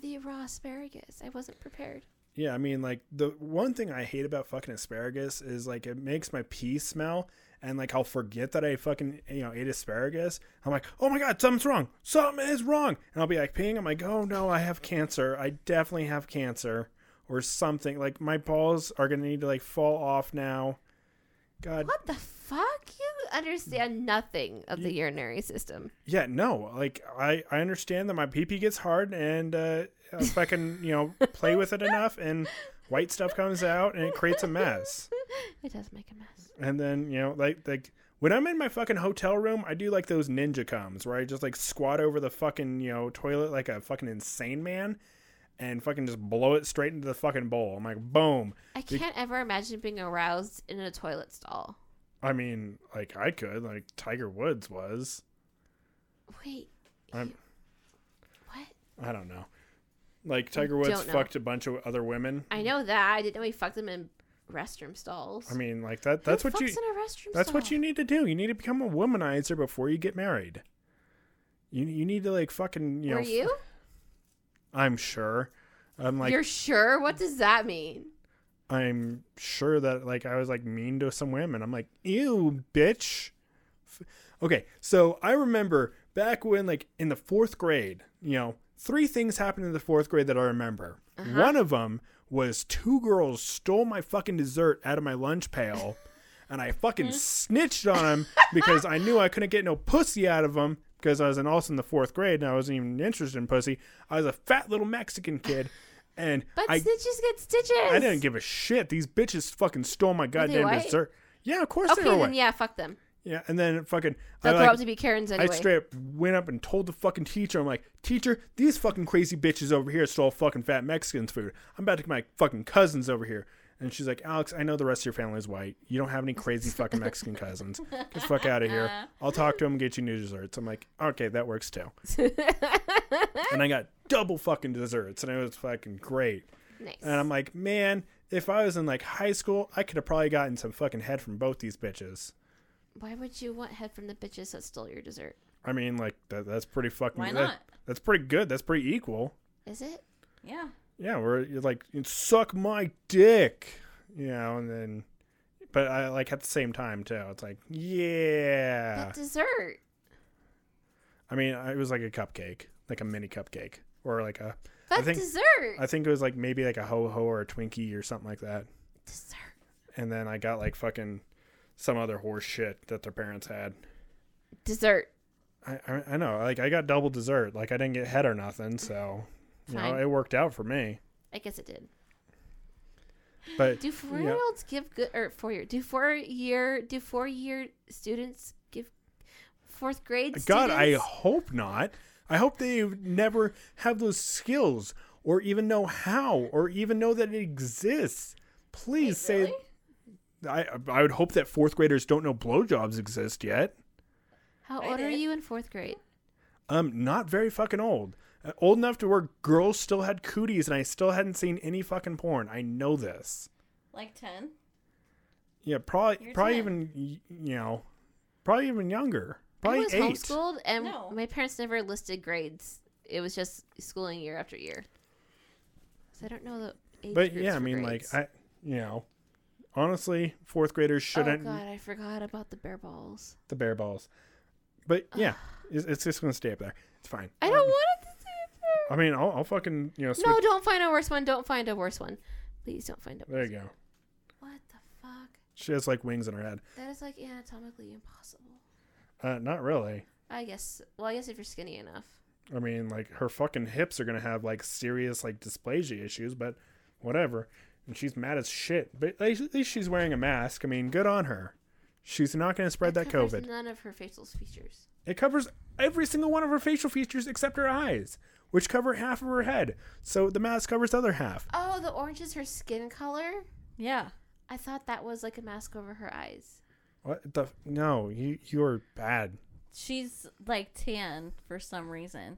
[SPEAKER 2] the raw asparagus. I wasn't prepared.
[SPEAKER 3] yeah i mean like the one thing i hate about fucking asparagus is like it makes my pee smell and like i'll forget that i fucking you know ate asparagus i'm like oh my god something's wrong something is wrong and i'll be like peeing i'm like oh no i have cancer i definitely have cancer or something like my balls are gonna need to like fall off now god
[SPEAKER 2] What the fuck? You understand nothing of the urinary system.
[SPEAKER 3] Yeah, no, like I, I understand that my pee pee gets hard, and uh, if I can, you know, play with it enough, and white stuff comes out, and it creates a mess.
[SPEAKER 2] It does make a mess.
[SPEAKER 3] And then, you know, like like when I'm in my fucking hotel room, I do like those ninja comes where I just like squat over the fucking you know toilet like a fucking insane man, and fucking just blow it straight into the fucking bowl. I'm like, boom.
[SPEAKER 2] I can't ever imagine being aroused in a toilet stall.
[SPEAKER 3] I mean, like I could, like Tiger Woods was.
[SPEAKER 2] Wait,
[SPEAKER 3] I'm,
[SPEAKER 2] what?
[SPEAKER 3] I don't know. Like Tiger Woods
[SPEAKER 2] don't know.
[SPEAKER 3] fucked a bunch of other women.
[SPEAKER 2] I know that. I didn't know he fucked them in restroom stalls.
[SPEAKER 3] I mean, like that.
[SPEAKER 2] Who
[SPEAKER 3] That's what you.
[SPEAKER 2] fucks in a restroom
[SPEAKER 3] That's what
[SPEAKER 2] stall?
[SPEAKER 3] you need to do. You need to become a womanizer before you get married. You you need to like fucking you know.
[SPEAKER 2] Were
[SPEAKER 3] f-
[SPEAKER 2] you?
[SPEAKER 3] I'm sure. I'm like
[SPEAKER 2] You're sure? What does that mean?
[SPEAKER 3] I'm sure that like I was like mean to some women. I'm like ew, bitch. F- Okay, so I remember back when like in the fourth grade, you know, three things happened in the fourth grade that I remember. One of them was two girls stole my fucking dessert out of my lunch pail. and I fucking snitched on him because I knew I couldn't get no pussy out of him because I was in also in the fourth grade and I wasn't even interested in pussy. I was a fat little Mexican kid, and
[SPEAKER 2] But
[SPEAKER 3] I
[SPEAKER 2] snitches get stitches.
[SPEAKER 3] I didn't give a shit. These bitches fucking stole my
[SPEAKER 2] they
[SPEAKER 3] goddamn
[SPEAKER 2] white?
[SPEAKER 3] dessert. Yeah, of course
[SPEAKER 2] Okay,
[SPEAKER 3] they were.
[SPEAKER 2] then
[SPEAKER 3] white. Yeah.
[SPEAKER 2] yeah, fuck them.
[SPEAKER 3] Yeah, and then fucking I,
[SPEAKER 2] They'll grow
[SPEAKER 3] like-
[SPEAKER 2] up to be Karens
[SPEAKER 3] I
[SPEAKER 2] anyway.
[SPEAKER 3] straight up went up and told the fucking teacher, I'm like, teacher, these fucking crazy bitches over here stole fucking fat Mexicans food. I'm about to get my fucking cousins over here. And she's like, Alex, I know the rest of your family is white. You don't have any crazy fucking Mexican cousins. Get the fuck out of here. I'll talk to them and get you new desserts. I'm like, okay, that works too. and I got double fucking desserts, and it was fucking great.
[SPEAKER 2] nice.
[SPEAKER 3] And I'm like, man, if I was in like high school, I could have probably gotten some fucking head from both these bitches.
[SPEAKER 2] Why would you want head from the bitches that stole your dessert?
[SPEAKER 3] I mean, like that, that's pretty fucking.
[SPEAKER 1] Why
[SPEAKER 3] that-
[SPEAKER 1] not?
[SPEAKER 3] that's pretty good. That's pretty equal.
[SPEAKER 2] Is it?
[SPEAKER 1] Yeah.
[SPEAKER 3] Yeah, where you're like, "You suck my dick, you know, and then, but I like at the same time too. It's like, yeah.
[SPEAKER 2] That dessert.
[SPEAKER 3] I mean, I- it was like a cupcake, like a mini cupcake, or like a. I
[SPEAKER 2] That
[SPEAKER 3] think
[SPEAKER 2] dessert.
[SPEAKER 3] I think it was like maybe like a ho ho or a Twinkie or something like that.
[SPEAKER 2] dessert.
[SPEAKER 3] And then I got like fucking some other horse shit that their parents had.
[SPEAKER 2] Dessert.
[SPEAKER 3] I, I, I know, like I got double dessert. Like I didn't get head or nothing, so you know
[SPEAKER 2] Fine.
[SPEAKER 3] it worked out for me.
[SPEAKER 2] I guess it did.
[SPEAKER 3] But
[SPEAKER 2] Do four year olds give good or four year? Do four year? Do four year students give fourth grade?
[SPEAKER 3] God, I
[SPEAKER 2] students?
[SPEAKER 3] hope not. I hope they never have those skills or even know how or even know that it exists. Please say I I would hope that fourth graders don't know blowjobs exist yet.
[SPEAKER 2] How old are you in fourth grade?
[SPEAKER 3] I'm not very fucking old. Uh, Old enough to where girls still had cooties and I still hadn't seen any fucking porn. I know this.
[SPEAKER 1] Like 10.
[SPEAKER 3] Yeah, probably
[SPEAKER 1] You're
[SPEAKER 3] probably
[SPEAKER 1] 10.
[SPEAKER 3] even y- you know, probably even younger.
[SPEAKER 2] I
[SPEAKER 3] Probably
[SPEAKER 2] was
[SPEAKER 3] eight.
[SPEAKER 2] homeschooled, and
[SPEAKER 1] No.
[SPEAKER 2] my parents never listed grades. It was just schooling year after year. So I don't know the. Age
[SPEAKER 3] But
[SPEAKER 2] groups
[SPEAKER 3] yeah, I
[SPEAKER 2] for
[SPEAKER 3] mean
[SPEAKER 2] grades. Oh,
[SPEAKER 3] like I you know, honestly, fourth graders shouldn't
[SPEAKER 2] Oh God, I forgot about the bear balls.
[SPEAKER 3] the bare balls. But yeah, it's, it's just gonna stay up there. It's fine.
[SPEAKER 2] I don't want it to stay
[SPEAKER 3] I mean, I'll, I'll fucking you know.
[SPEAKER 2] there. No,
[SPEAKER 3] switch-
[SPEAKER 2] don't find a worse one. Don't find a worse one. Please don't find a
[SPEAKER 3] There
[SPEAKER 2] worse.
[SPEAKER 3] you go.
[SPEAKER 2] One. What the fuck?
[SPEAKER 3] She has like wings in her head.
[SPEAKER 2] That is like anatomically impossible.
[SPEAKER 3] Uh, not really.
[SPEAKER 2] I guess. Well, I guess if you're skinny enough.
[SPEAKER 3] I mean, like her fucking hips are gonna have like serious like dysplasia issues, but whatever. And she's mad as shit. But at least- at least she's wearing a mask. I mean, good on her. She's not gonna spread that
[SPEAKER 2] covers
[SPEAKER 3] COVID.
[SPEAKER 2] None of her facial features.
[SPEAKER 3] It covers every single one of her facial features except her eyes, which cover half of her head. So the mask covers the other half.
[SPEAKER 2] Oh, the orange is her skin color.
[SPEAKER 1] Yeah.
[SPEAKER 2] I thought that was like a mask over her eyes.
[SPEAKER 3] What the? f- No, you you are bad.
[SPEAKER 1] She's like tan for some reason.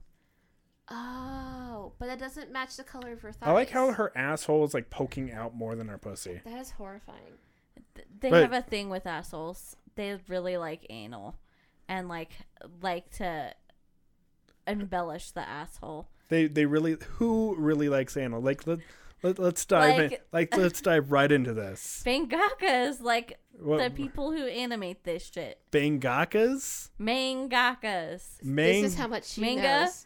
[SPEAKER 2] Oh, but that doesn't match the color of her thighs.
[SPEAKER 3] I like how her asshole is like poking out more than her pussy.
[SPEAKER 2] That is horrifying.
[SPEAKER 1] Th- They
[SPEAKER 3] But-
[SPEAKER 1] have a thing with assholes. They really like anal and like like to embellish the asshole.
[SPEAKER 3] They they really who really likes anal? Like let, let let's dive in.
[SPEAKER 1] Like-
[SPEAKER 3] Like letets dive right into this.
[SPEAKER 1] Mangaka is like the
[SPEAKER 3] What-
[SPEAKER 1] people who animate this shit.
[SPEAKER 3] Bangakas,
[SPEAKER 1] Mangakas.
[SPEAKER 3] Mang-
[SPEAKER 2] this is how much she
[SPEAKER 1] Manga?
[SPEAKER 2] knows.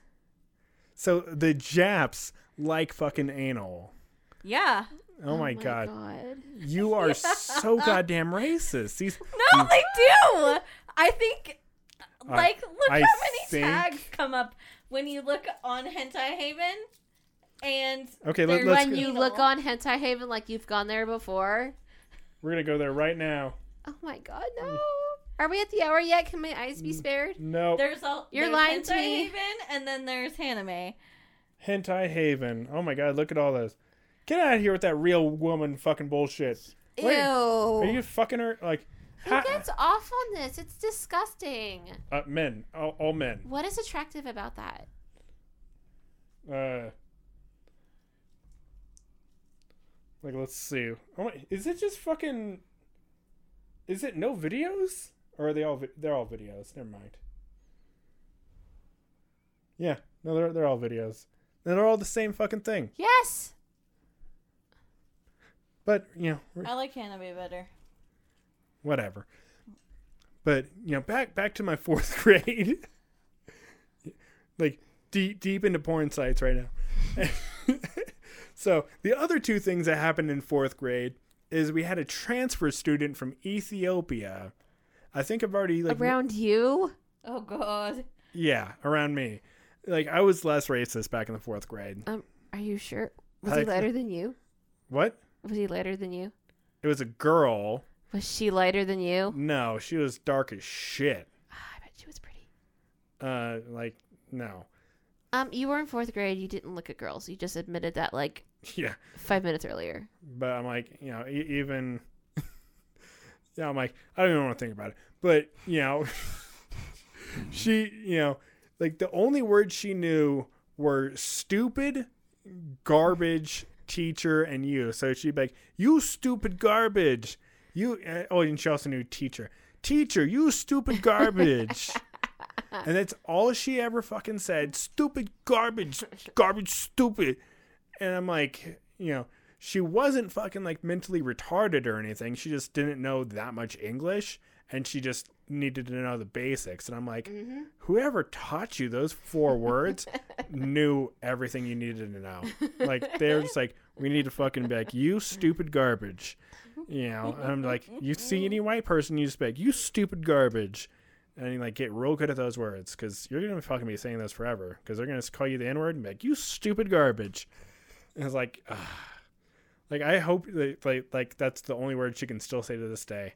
[SPEAKER 3] so the Japs like fucking anal.
[SPEAKER 1] Yeah.
[SPEAKER 3] Oh, my, god.
[SPEAKER 2] god.
[SPEAKER 3] you are so goddamn racist. These
[SPEAKER 1] No, they do. I think. Like, look how
[SPEAKER 3] I
[SPEAKER 1] many
[SPEAKER 3] think-
[SPEAKER 1] tags come up when you look on Hentai Haven, and
[SPEAKER 3] Okay, let-
[SPEAKER 1] there's
[SPEAKER 3] let's
[SPEAKER 2] When
[SPEAKER 3] go-
[SPEAKER 2] you look on Hentai Haven like you've gone there before.
[SPEAKER 3] we're gonna go there right now.
[SPEAKER 2] Oh my god,
[SPEAKER 3] Mm.
[SPEAKER 2] no. Are we at the hour yet? Can my eyes be spared?
[SPEAKER 3] No,
[SPEAKER 1] There's all
[SPEAKER 2] You're
[SPEAKER 1] there's
[SPEAKER 2] lying
[SPEAKER 1] Hentai
[SPEAKER 2] to me.
[SPEAKER 1] Haven, and then there's Haname.
[SPEAKER 3] hentai haven. Oh my god, look at all this. Get out of here with that real woman fucking bullshit. Wait,
[SPEAKER 1] Ew.
[SPEAKER 3] Are you fucking her? Like, ha-
[SPEAKER 2] Who gets off on this? It's disgusting.
[SPEAKER 3] uh, men, all, all men.
[SPEAKER 2] What is attractive about that?
[SPEAKER 3] Uh, like let's see. Oh my, is it just fucking? Is it no videos or are they all? Vi- they're all videos. Never mind. Yeah, no, they're they're all videos. They're all the same fucking thing.
[SPEAKER 2] Yes.
[SPEAKER 3] But you know, we're-
[SPEAKER 1] I like Haname better.
[SPEAKER 3] whatever. But you know, back back to my fourth grade, like deep deep into porn sites right now. so the other two things that happened in fourth grade is we had a transfer student from Ethiopia. I think I've already like
[SPEAKER 2] Around you?
[SPEAKER 1] Oh god.
[SPEAKER 3] yeah around me. Like I was less racist back in the fourth grade.
[SPEAKER 2] Um, are you sure?
[SPEAKER 3] I
[SPEAKER 2] Was he
[SPEAKER 3] like that.
[SPEAKER 2] lighter than you?
[SPEAKER 3] What?
[SPEAKER 2] Was he lighter than you?
[SPEAKER 3] It was a girl.
[SPEAKER 2] Was she lighter than you?
[SPEAKER 3] No, she was dark as shit.
[SPEAKER 2] Ah, I bet she was pretty.
[SPEAKER 3] Uh, like no,
[SPEAKER 2] Um, you were in fourth grade. You didn't look at girls. You just admitted that like
[SPEAKER 3] yeah.
[SPEAKER 2] five minutes earlier.
[SPEAKER 3] But I'm like, you know, e- even yeah, I'm like, I don't even want to think about it. But you know, she, you know, like the only words she knew were stupid, garbage, teacher, and you. So she'd be like, you stupid garbage, you. uh, Oh, and she also knew teacher, teacher, you stupid garbage. And that's all she ever fucking said. Stupid garbage, garbage, stupid. And I'm like, you know, she wasn't fucking like mentally retarded or anything. She just didn't know that much English and she just needed to know the basics. And I'm like, whoever taught you those four words knew everything you needed to know. Like, they're just like, we need to fucking be like, you stupid garbage. You know, and I'm like, you see any white person, you just be like, you stupid garbage. And you like get real good at those words because you're gonna fucking be saying those forever because they're gonna just call you the N word and be like, you stupid garbage. And it's like, ugh. Like I hope that like like that's the only word she can still say to this day,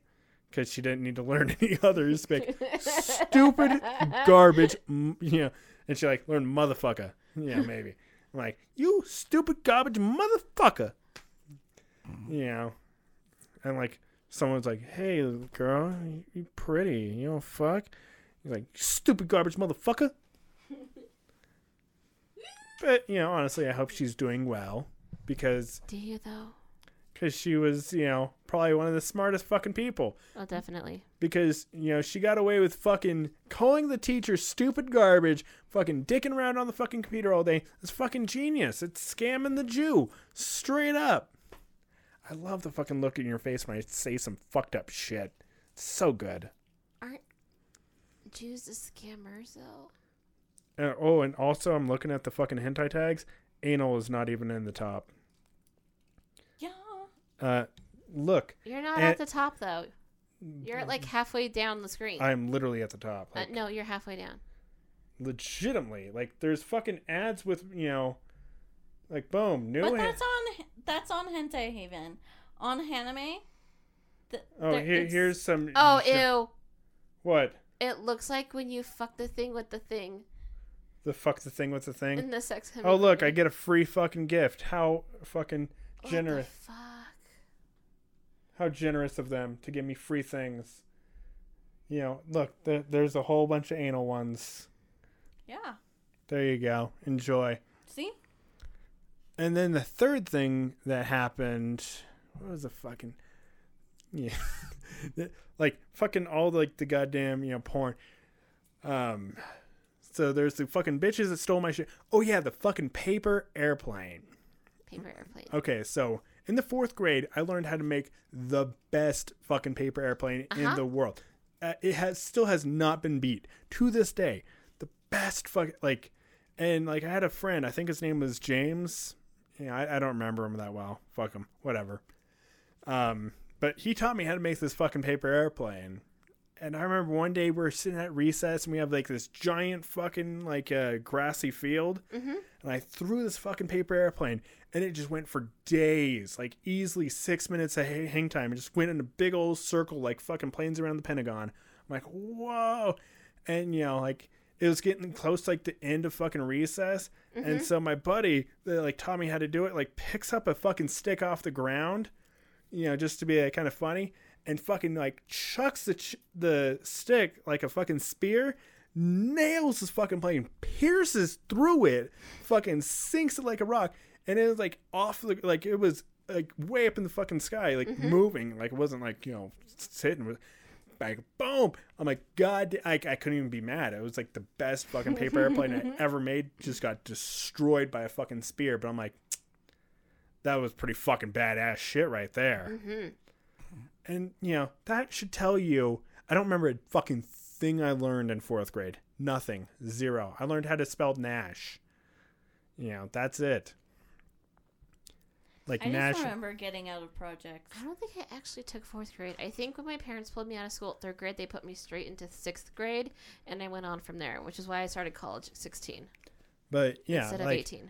[SPEAKER 3] because she didn't need to learn any others. Like stupid garbage, m- you know. And she like learned motherfucker. Yeah, maybe. I'm like you stupid garbage motherfucker. You know, and like someone's like, "Hey, girl, you- you pretty. You don't fuck." You're like stupid garbage motherfucker. But you know, honestly, I hope she's doing well because
[SPEAKER 2] Do you though?
[SPEAKER 3] because she was, you know, probably one of the smartest fucking people.
[SPEAKER 2] Oh, definitely.
[SPEAKER 3] Because, you know, she got away with fucking calling the teacher stupid garbage, fucking dicking around on the fucking computer all day. It's fucking genius. It's scamming the Jew. Straight up. I love the fucking look in your face when I say some fucked up shit. It's so good.
[SPEAKER 2] Aren't Jews the scammers though?
[SPEAKER 3] Uh, oh, and also, I'm looking at the fucking hentai tags. Anal is not even in the top.
[SPEAKER 1] Yeah.
[SPEAKER 3] Uh, look,
[SPEAKER 2] You're not
[SPEAKER 3] Eh.
[SPEAKER 2] at the top though. You're at like halfway down the screen.
[SPEAKER 3] I'm literally at the top.
[SPEAKER 2] uh,
[SPEAKER 3] Like,
[SPEAKER 2] no, you're halfway down.
[SPEAKER 3] legitimately like there's fucking ads with you know like boom new
[SPEAKER 1] But
[SPEAKER 3] hand-
[SPEAKER 1] that's on that's on Hentai Haven. On Haname. th-
[SPEAKER 3] oh
[SPEAKER 1] there-
[SPEAKER 3] here,
[SPEAKER 1] it's-
[SPEAKER 3] here's some
[SPEAKER 2] Oh,
[SPEAKER 3] shit- what
[SPEAKER 2] ew! It looks like when you fuck the thing with the thing
[SPEAKER 3] the fuck the thing with the
[SPEAKER 2] in
[SPEAKER 3] thing
[SPEAKER 2] the sex.
[SPEAKER 3] oh look i get a free fucking gift how fucking generous
[SPEAKER 2] Fuck.
[SPEAKER 3] how generous of them to give me free things you know look there, there's a whole bunch of anal ones
[SPEAKER 1] Yeah.
[SPEAKER 3] there you go enjoy
[SPEAKER 1] See?
[SPEAKER 3] and then the third thing that happened what was the fucking yeah The- like fucking all like the goddamn you know porn um so there's the fucking bitches that stole my shit oh yeah the fucking paper airplane
[SPEAKER 2] Paper airplane.
[SPEAKER 3] okay so in the fourth grade i learned how to make the best fucking paper airplane in the world uh, it has still has not been beat to this day the best fuck like and like i had a friend i think his name was james yeah i, I don't remember him that well fuck him whatever um but he taught me how to make this fucking paper airplane and I remember one day we are sitting at recess and we have like this giant fucking like uh, grassy field, and I threw this fucking paper airplane, and it just went for days, like easily six minutes of ha- hang time. It just went in a big old circle, like fucking planes around the Pentagon. I'm like, whoa, and you know, like it was getting close to like the end of fucking recess, and so my buddy that like taught me how to do it, like picks up a fucking stick off the ground you know, just to be like, kind of funny, and fucking like chucks the ch- the stick like a fucking spear, nails this fucking plane, pierces through it, fucking sinks it like a rock, and it was like off the like it was like way up in the fucking sky, like moving, like it wasn't like you know sitting. Like boom! I'm like God. I, I couldn't even be mad. It was like the best fucking paper airplane I ever made. Just got destroyed by a fucking spear. But I'm like, that was pretty fucking badass shit right there. And you know that should tell you. I don't remember a fucking thing I learned in fourth grade. Nothing. Zero. I learned how to spell Nash. You know that's it. Like
[SPEAKER 1] I
[SPEAKER 3] Nash.
[SPEAKER 1] just remember getting out of projects.
[SPEAKER 2] I don't think I actually took fourth grade. I think when my parents pulled me out of school at third grade, they put me straight into sixth grade, and I went on from there, which is why I started college at 16
[SPEAKER 3] But yeah,
[SPEAKER 2] instead of
[SPEAKER 3] like
[SPEAKER 2] 18.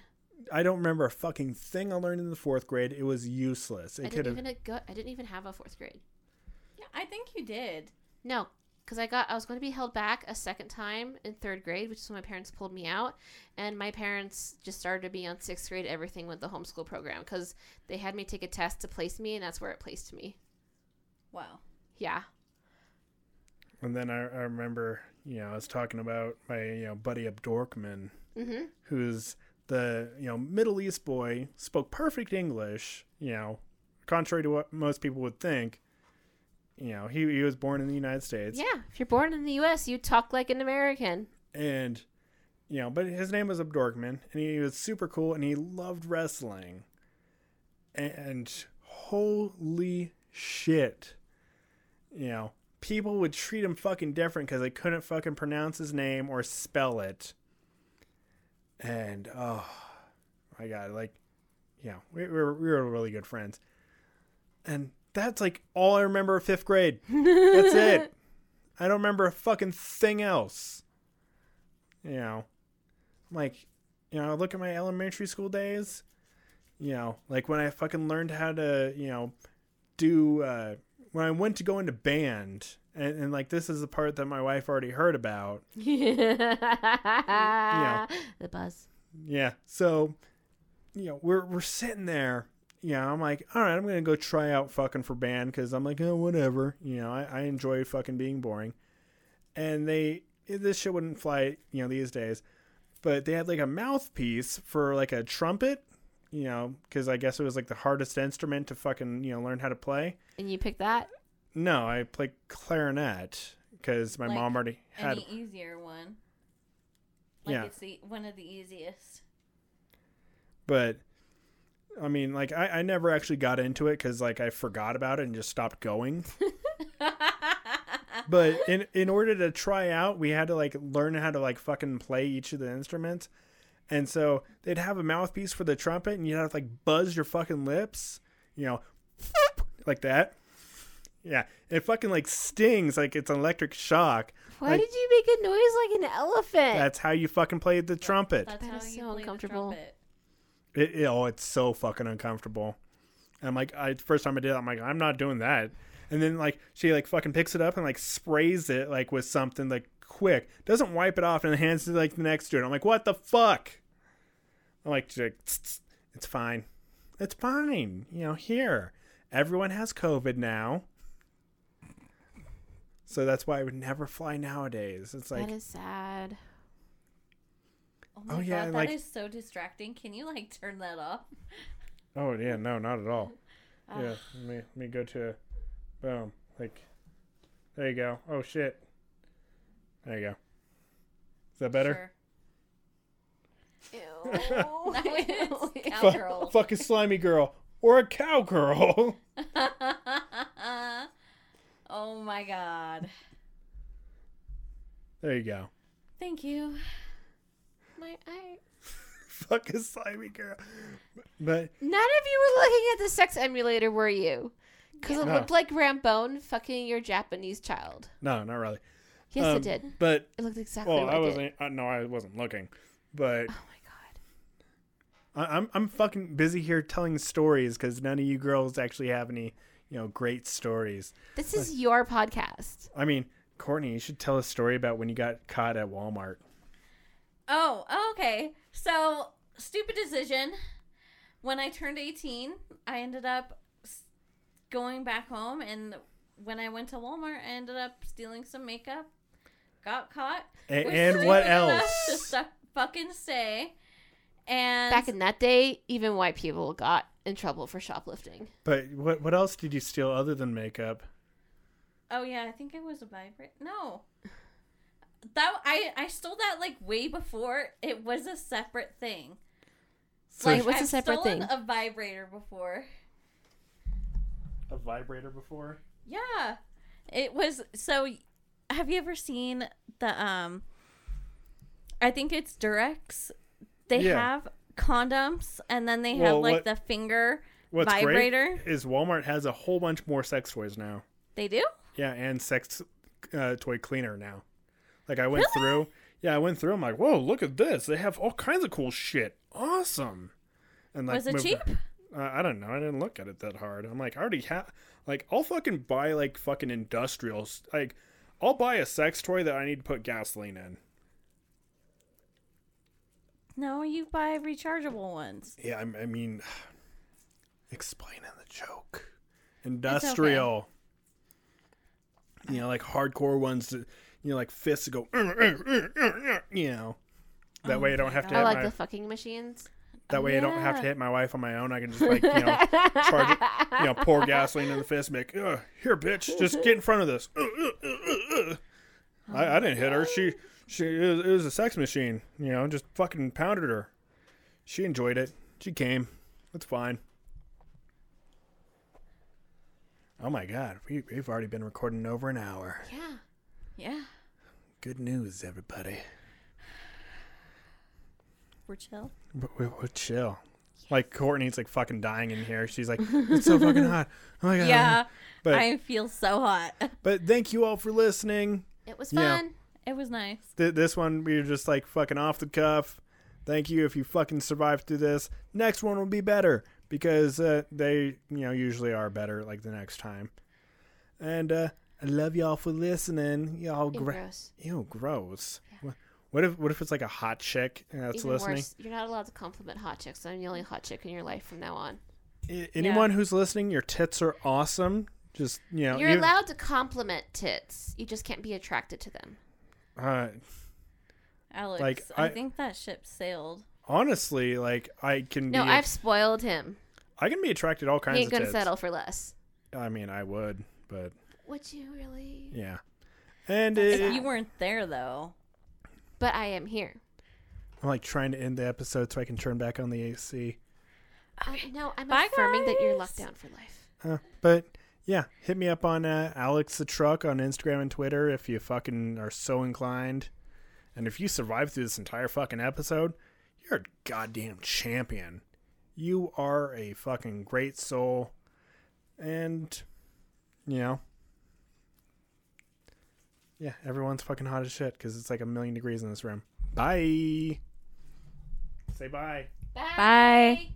[SPEAKER 3] I don't remember a fucking thing I learned in the fourth grade. It was useless.
[SPEAKER 2] I
[SPEAKER 3] It could
[SPEAKER 2] didn't
[SPEAKER 3] have.
[SPEAKER 2] even go. I didn't even have a fourth grade.
[SPEAKER 1] I think you did.
[SPEAKER 2] No, because I got I was going to be held back a second time in third grade, which is when my parents pulled me out, and my parents just started me on sixth grade everything with the homeschool program because they had me take a test to place me, and that's where it placed me.
[SPEAKER 1] Wow.
[SPEAKER 2] Yeah.
[SPEAKER 3] And then I, I remember, you know, I was talking about my you know buddy Abdorkman,
[SPEAKER 2] Mhm.
[SPEAKER 3] who's the you know Middle East boy, spoke perfect English, you know, contrary to what most people would think. You know, he he was born in the United States,
[SPEAKER 2] Yeah. If you're born in the U.S., you talk like an American.
[SPEAKER 3] and you know, but his name was Abdorkman, and he was super cool, and he loved wrestling. And holy shit, you know, people would treat him fucking different because they couldn't fucking pronounce his name or spell it. And oh my god, like, you know, we, we were we were really good friends, and that's like all I remember of fifth grade. that's it. I don't remember a fucking thing else you know, like, you know, I look at my elementary school days, you know, like when I fucking learned how to, you know, do, uh, when I went to go into band, and, and like this is the part that my wife already heard about.
[SPEAKER 2] The buzz.
[SPEAKER 3] Yeah. So, you know, we're, we're sitting there. You know, I'm like, all right, I'm going to go try out fucking for band because I'm like, oh, whatever. You know, I, I enjoy fucking being boring. And they, this shit wouldn't fly, you know, these days. But they had like a mouthpiece for like a trumpet, you know, because I guess it was like the hardest instrument to fucking, you know, learn how to play.
[SPEAKER 2] And you pick that.
[SPEAKER 3] No, I played clarinet because my
[SPEAKER 1] Like,
[SPEAKER 3] mom already
[SPEAKER 1] And
[SPEAKER 3] had.
[SPEAKER 1] the easier one. Like
[SPEAKER 3] Yeah.
[SPEAKER 1] it's the one of the easiest.
[SPEAKER 3] but I mean, like I, I never actually got into it because like I forgot about it and just stopped going. but in in order to try out, we had to like learn how to like fucking play each of the instruments, and so they'd have a mouthpiece for the trumpet, and you'd have to like buzz your fucking lips, you know, like that. Yeah, it fucking like stings like it's an electric shock.
[SPEAKER 2] Why
[SPEAKER 3] Like-
[SPEAKER 2] did you make a noise like an elephant?
[SPEAKER 3] That's how you fucking play the trumpet.
[SPEAKER 1] That's
[SPEAKER 2] That
[SPEAKER 1] how
[SPEAKER 2] is
[SPEAKER 1] you
[SPEAKER 2] so
[SPEAKER 1] play
[SPEAKER 2] uncomfortable.
[SPEAKER 1] The trumpet.
[SPEAKER 3] It, it- oh, it's so fucking uncomfortable. And I'm like, I first time I did, it, I'm like, I'm not doing that. And then like she like fucking picks it up and like sprays it like with something like quick, doesn't wipe it off, and hands it to like the next dude. I'm like, what the fuck? I'm like, she's like, "Tsk, tsk, it's fine, it's fine. You know, here everyone has COVID now. So that's why I would never fly nowadays. It's like
[SPEAKER 2] that is sad.
[SPEAKER 1] Oh, my
[SPEAKER 3] Oh, yeah,
[SPEAKER 1] God,
[SPEAKER 3] and,
[SPEAKER 1] that is
[SPEAKER 3] like-
[SPEAKER 1] so distracting. Can you like turn that off?
[SPEAKER 3] Oh yeah, no, not at all.
[SPEAKER 2] Ah.
[SPEAKER 3] Yeah, let me let me go to boom. Like there you go. Oh shit. There you go. Is that better?
[SPEAKER 1] Sure. Now it's
[SPEAKER 3] Fu-
[SPEAKER 1] cowgirl.
[SPEAKER 3] fuck a slimy girl. Or a cowgirl.
[SPEAKER 1] oh my god.
[SPEAKER 3] there you go.
[SPEAKER 1] Thank you.
[SPEAKER 2] My eye.
[SPEAKER 3] Fuck a slimy girl. But
[SPEAKER 2] None of you were looking at the sex emulator, were you? Because it
[SPEAKER 3] No.
[SPEAKER 2] looked like Rambone fucking your Japanese child.
[SPEAKER 3] no, not really.
[SPEAKER 2] Yes,
[SPEAKER 3] Um,
[SPEAKER 2] it did.
[SPEAKER 3] But
[SPEAKER 2] It looked exactly
[SPEAKER 3] well,
[SPEAKER 2] like
[SPEAKER 3] I
[SPEAKER 2] it.
[SPEAKER 3] wasn't. Uh, no, I wasn't looking. But
[SPEAKER 2] Oh my god.
[SPEAKER 3] I, I'm I'm fucking busy here telling stories because none of you girls actually have any you know great stories.
[SPEAKER 2] This is your podcast.
[SPEAKER 3] I mean, Courtney, you should tell a story about when you got caught at Walmart.
[SPEAKER 1] Oh, okay. So, stupid decision. When I turned 18, I ended up s- going back home, and when I went to Walmart, I ended up stealing some makeup. Got caught.
[SPEAKER 3] A-
[SPEAKER 1] was
[SPEAKER 3] and what
[SPEAKER 1] stupid enough
[SPEAKER 3] else?
[SPEAKER 1] To suck, fucking stay. And
[SPEAKER 2] Back in that day, even white people got in trouble for shoplifting.
[SPEAKER 3] But what what else did you steal other than makeup?
[SPEAKER 1] oh yeah, I think it was a vibrate. No, that I I stole that like way before it was a separate thing.
[SPEAKER 3] So
[SPEAKER 2] Wait, what's a
[SPEAKER 1] I've
[SPEAKER 2] separate
[SPEAKER 1] stolen
[SPEAKER 2] thing?
[SPEAKER 1] A vibrator before.
[SPEAKER 3] a vibrator before?
[SPEAKER 1] Yeah. It was so have you ever seen the um I think it's Durex. They
[SPEAKER 3] Yeah.
[SPEAKER 1] have condoms and then they
[SPEAKER 3] Well,
[SPEAKER 1] have like
[SPEAKER 3] what-
[SPEAKER 1] the finger
[SPEAKER 3] What's
[SPEAKER 1] vibrator.
[SPEAKER 3] great is Walmart has a whole bunch more sex toys now.
[SPEAKER 1] They do?
[SPEAKER 3] Yeah, and sex uh, toy cleaner now. Like I went through. Yeah, I went through. I'm like, whoa, look at this. They have all kinds of cool shit. Awesome. And
[SPEAKER 1] Was it
[SPEAKER 3] moved- Uh,
[SPEAKER 1] cheap?
[SPEAKER 3] I I don't know. I didn't look at it that hard. I'm like, I already have. Like, I'll fucking buy like fucking industrials. Like, I'll buy a sex toy that I need to put gasoline in.
[SPEAKER 1] No, you buy rechargeable ones.
[SPEAKER 3] Yeah, I'm, I mean, explaining the joke. Industrial. You know, like hardcore ones that, you know, like fists that go, "Mm, mm, mm, mm, mm," you know. That way I don't have to
[SPEAKER 2] Oh I
[SPEAKER 3] hit
[SPEAKER 2] like
[SPEAKER 3] my,
[SPEAKER 2] the fucking machines.
[SPEAKER 3] that way I don't have to
[SPEAKER 1] Yeah.
[SPEAKER 3] hit my wife on my own. I can just like, you know, charge it, you know, pour gasoline in the fist and make, Ugh, here bitch, just get in front of this. Ugh, ugh, ugh, ugh, ugh." I, I didn't hit her. She she it was, it was a sex machine, you know, just fucking pounded her. She enjoyed it. She came. That's fine. Oh my god, we, we've already been recording over an hour.
[SPEAKER 2] Yeah.
[SPEAKER 1] Yeah,
[SPEAKER 3] Good news, everybody.
[SPEAKER 1] we're chill.
[SPEAKER 3] But we we're chill. Like Courtney's like fucking dying in here. She's like, it's so fucking hot. Oh my god.
[SPEAKER 1] Yeah,
[SPEAKER 3] But
[SPEAKER 1] I feel so hot.
[SPEAKER 3] but thank you all for listening.
[SPEAKER 2] It was
[SPEAKER 3] Yeah.
[SPEAKER 2] fun.
[SPEAKER 1] It was nice.
[SPEAKER 3] Th- this one we were just like fucking off the cuff. Thank you if you fucking survived through this. Next one will be better because uh, they you know usually are better like the next time. And uh, I love y'all for listening. Y'all
[SPEAKER 2] Ew,
[SPEAKER 3] gr-
[SPEAKER 2] gross.
[SPEAKER 3] ew gross. Wh- What if what if it's like a hot chick that's
[SPEAKER 2] Even
[SPEAKER 3] listening?
[SPEAKER 2] worse, you're not allowed to compliment hot chicks. I'm the only hot chick in your life from now on.
[SPEAKER 3] I- anyone who's listening, your tits are awesome. Just you know,
[SPEAKER 2] You're
[SPEAKER 3] even-
[SPEAKER 2] allowed to compliment tits. You just can't be attracted to them.
[SPEAKER 3] uh,
[SPEAKER 1] Alex,
[SPEAKER 3] Like,
[SPEAKER 1] I,
[SPEAKER 3] I-
[SPEAKER 1] think that ship sailed.
[SPEAKER 3] honestly, like I can
[SPEAKER 2] No,
[SPEAKER 3] be,
[SPEAKER 2] I've spoiled him.
[SPEAKER 3] I can be attracted to all kinds
[SPEAKER 2] He ain't
[SPEAKER 3] of
[SPEAKER 2] gonna
[SPEAKER 3] tits.
[SPEAKER 2] settle for less.
[SPEAKER 3] I mean, I would, but
[SPEAKER 2] Would you really?
[SPEAKER 3] yeah. And
[SPEAKER 2] That's
[SPEAKER 3] it,
[SPEAKER 1] If you weren't there, though.
[SPEAKER 2] But I am here.
[SPEAKER 3] I'm like trying to end the episode so I can turn back on the AC.
[SPEAKER 2] Um, no, I'm
[SPEAKER 1] Bye,
[SPEAKER 2] affirming that you're
[SPEAKER 1] guys.
[SPEAKER 2] locked down for life.
[SPEAKER 3] Uh, but yeah, hit me up on uh, Alex the Truck on Instagram and Twitter if you fucking are so inclined. And if you survive through this entire fucking episode, you're a goddamn champion. You are a fucking great soul. And, you know. Yeah, everyone's fucking hot as shit because it's like a million degrees in this room. Bye. Say bye.
[SPEAKER 1] Bye.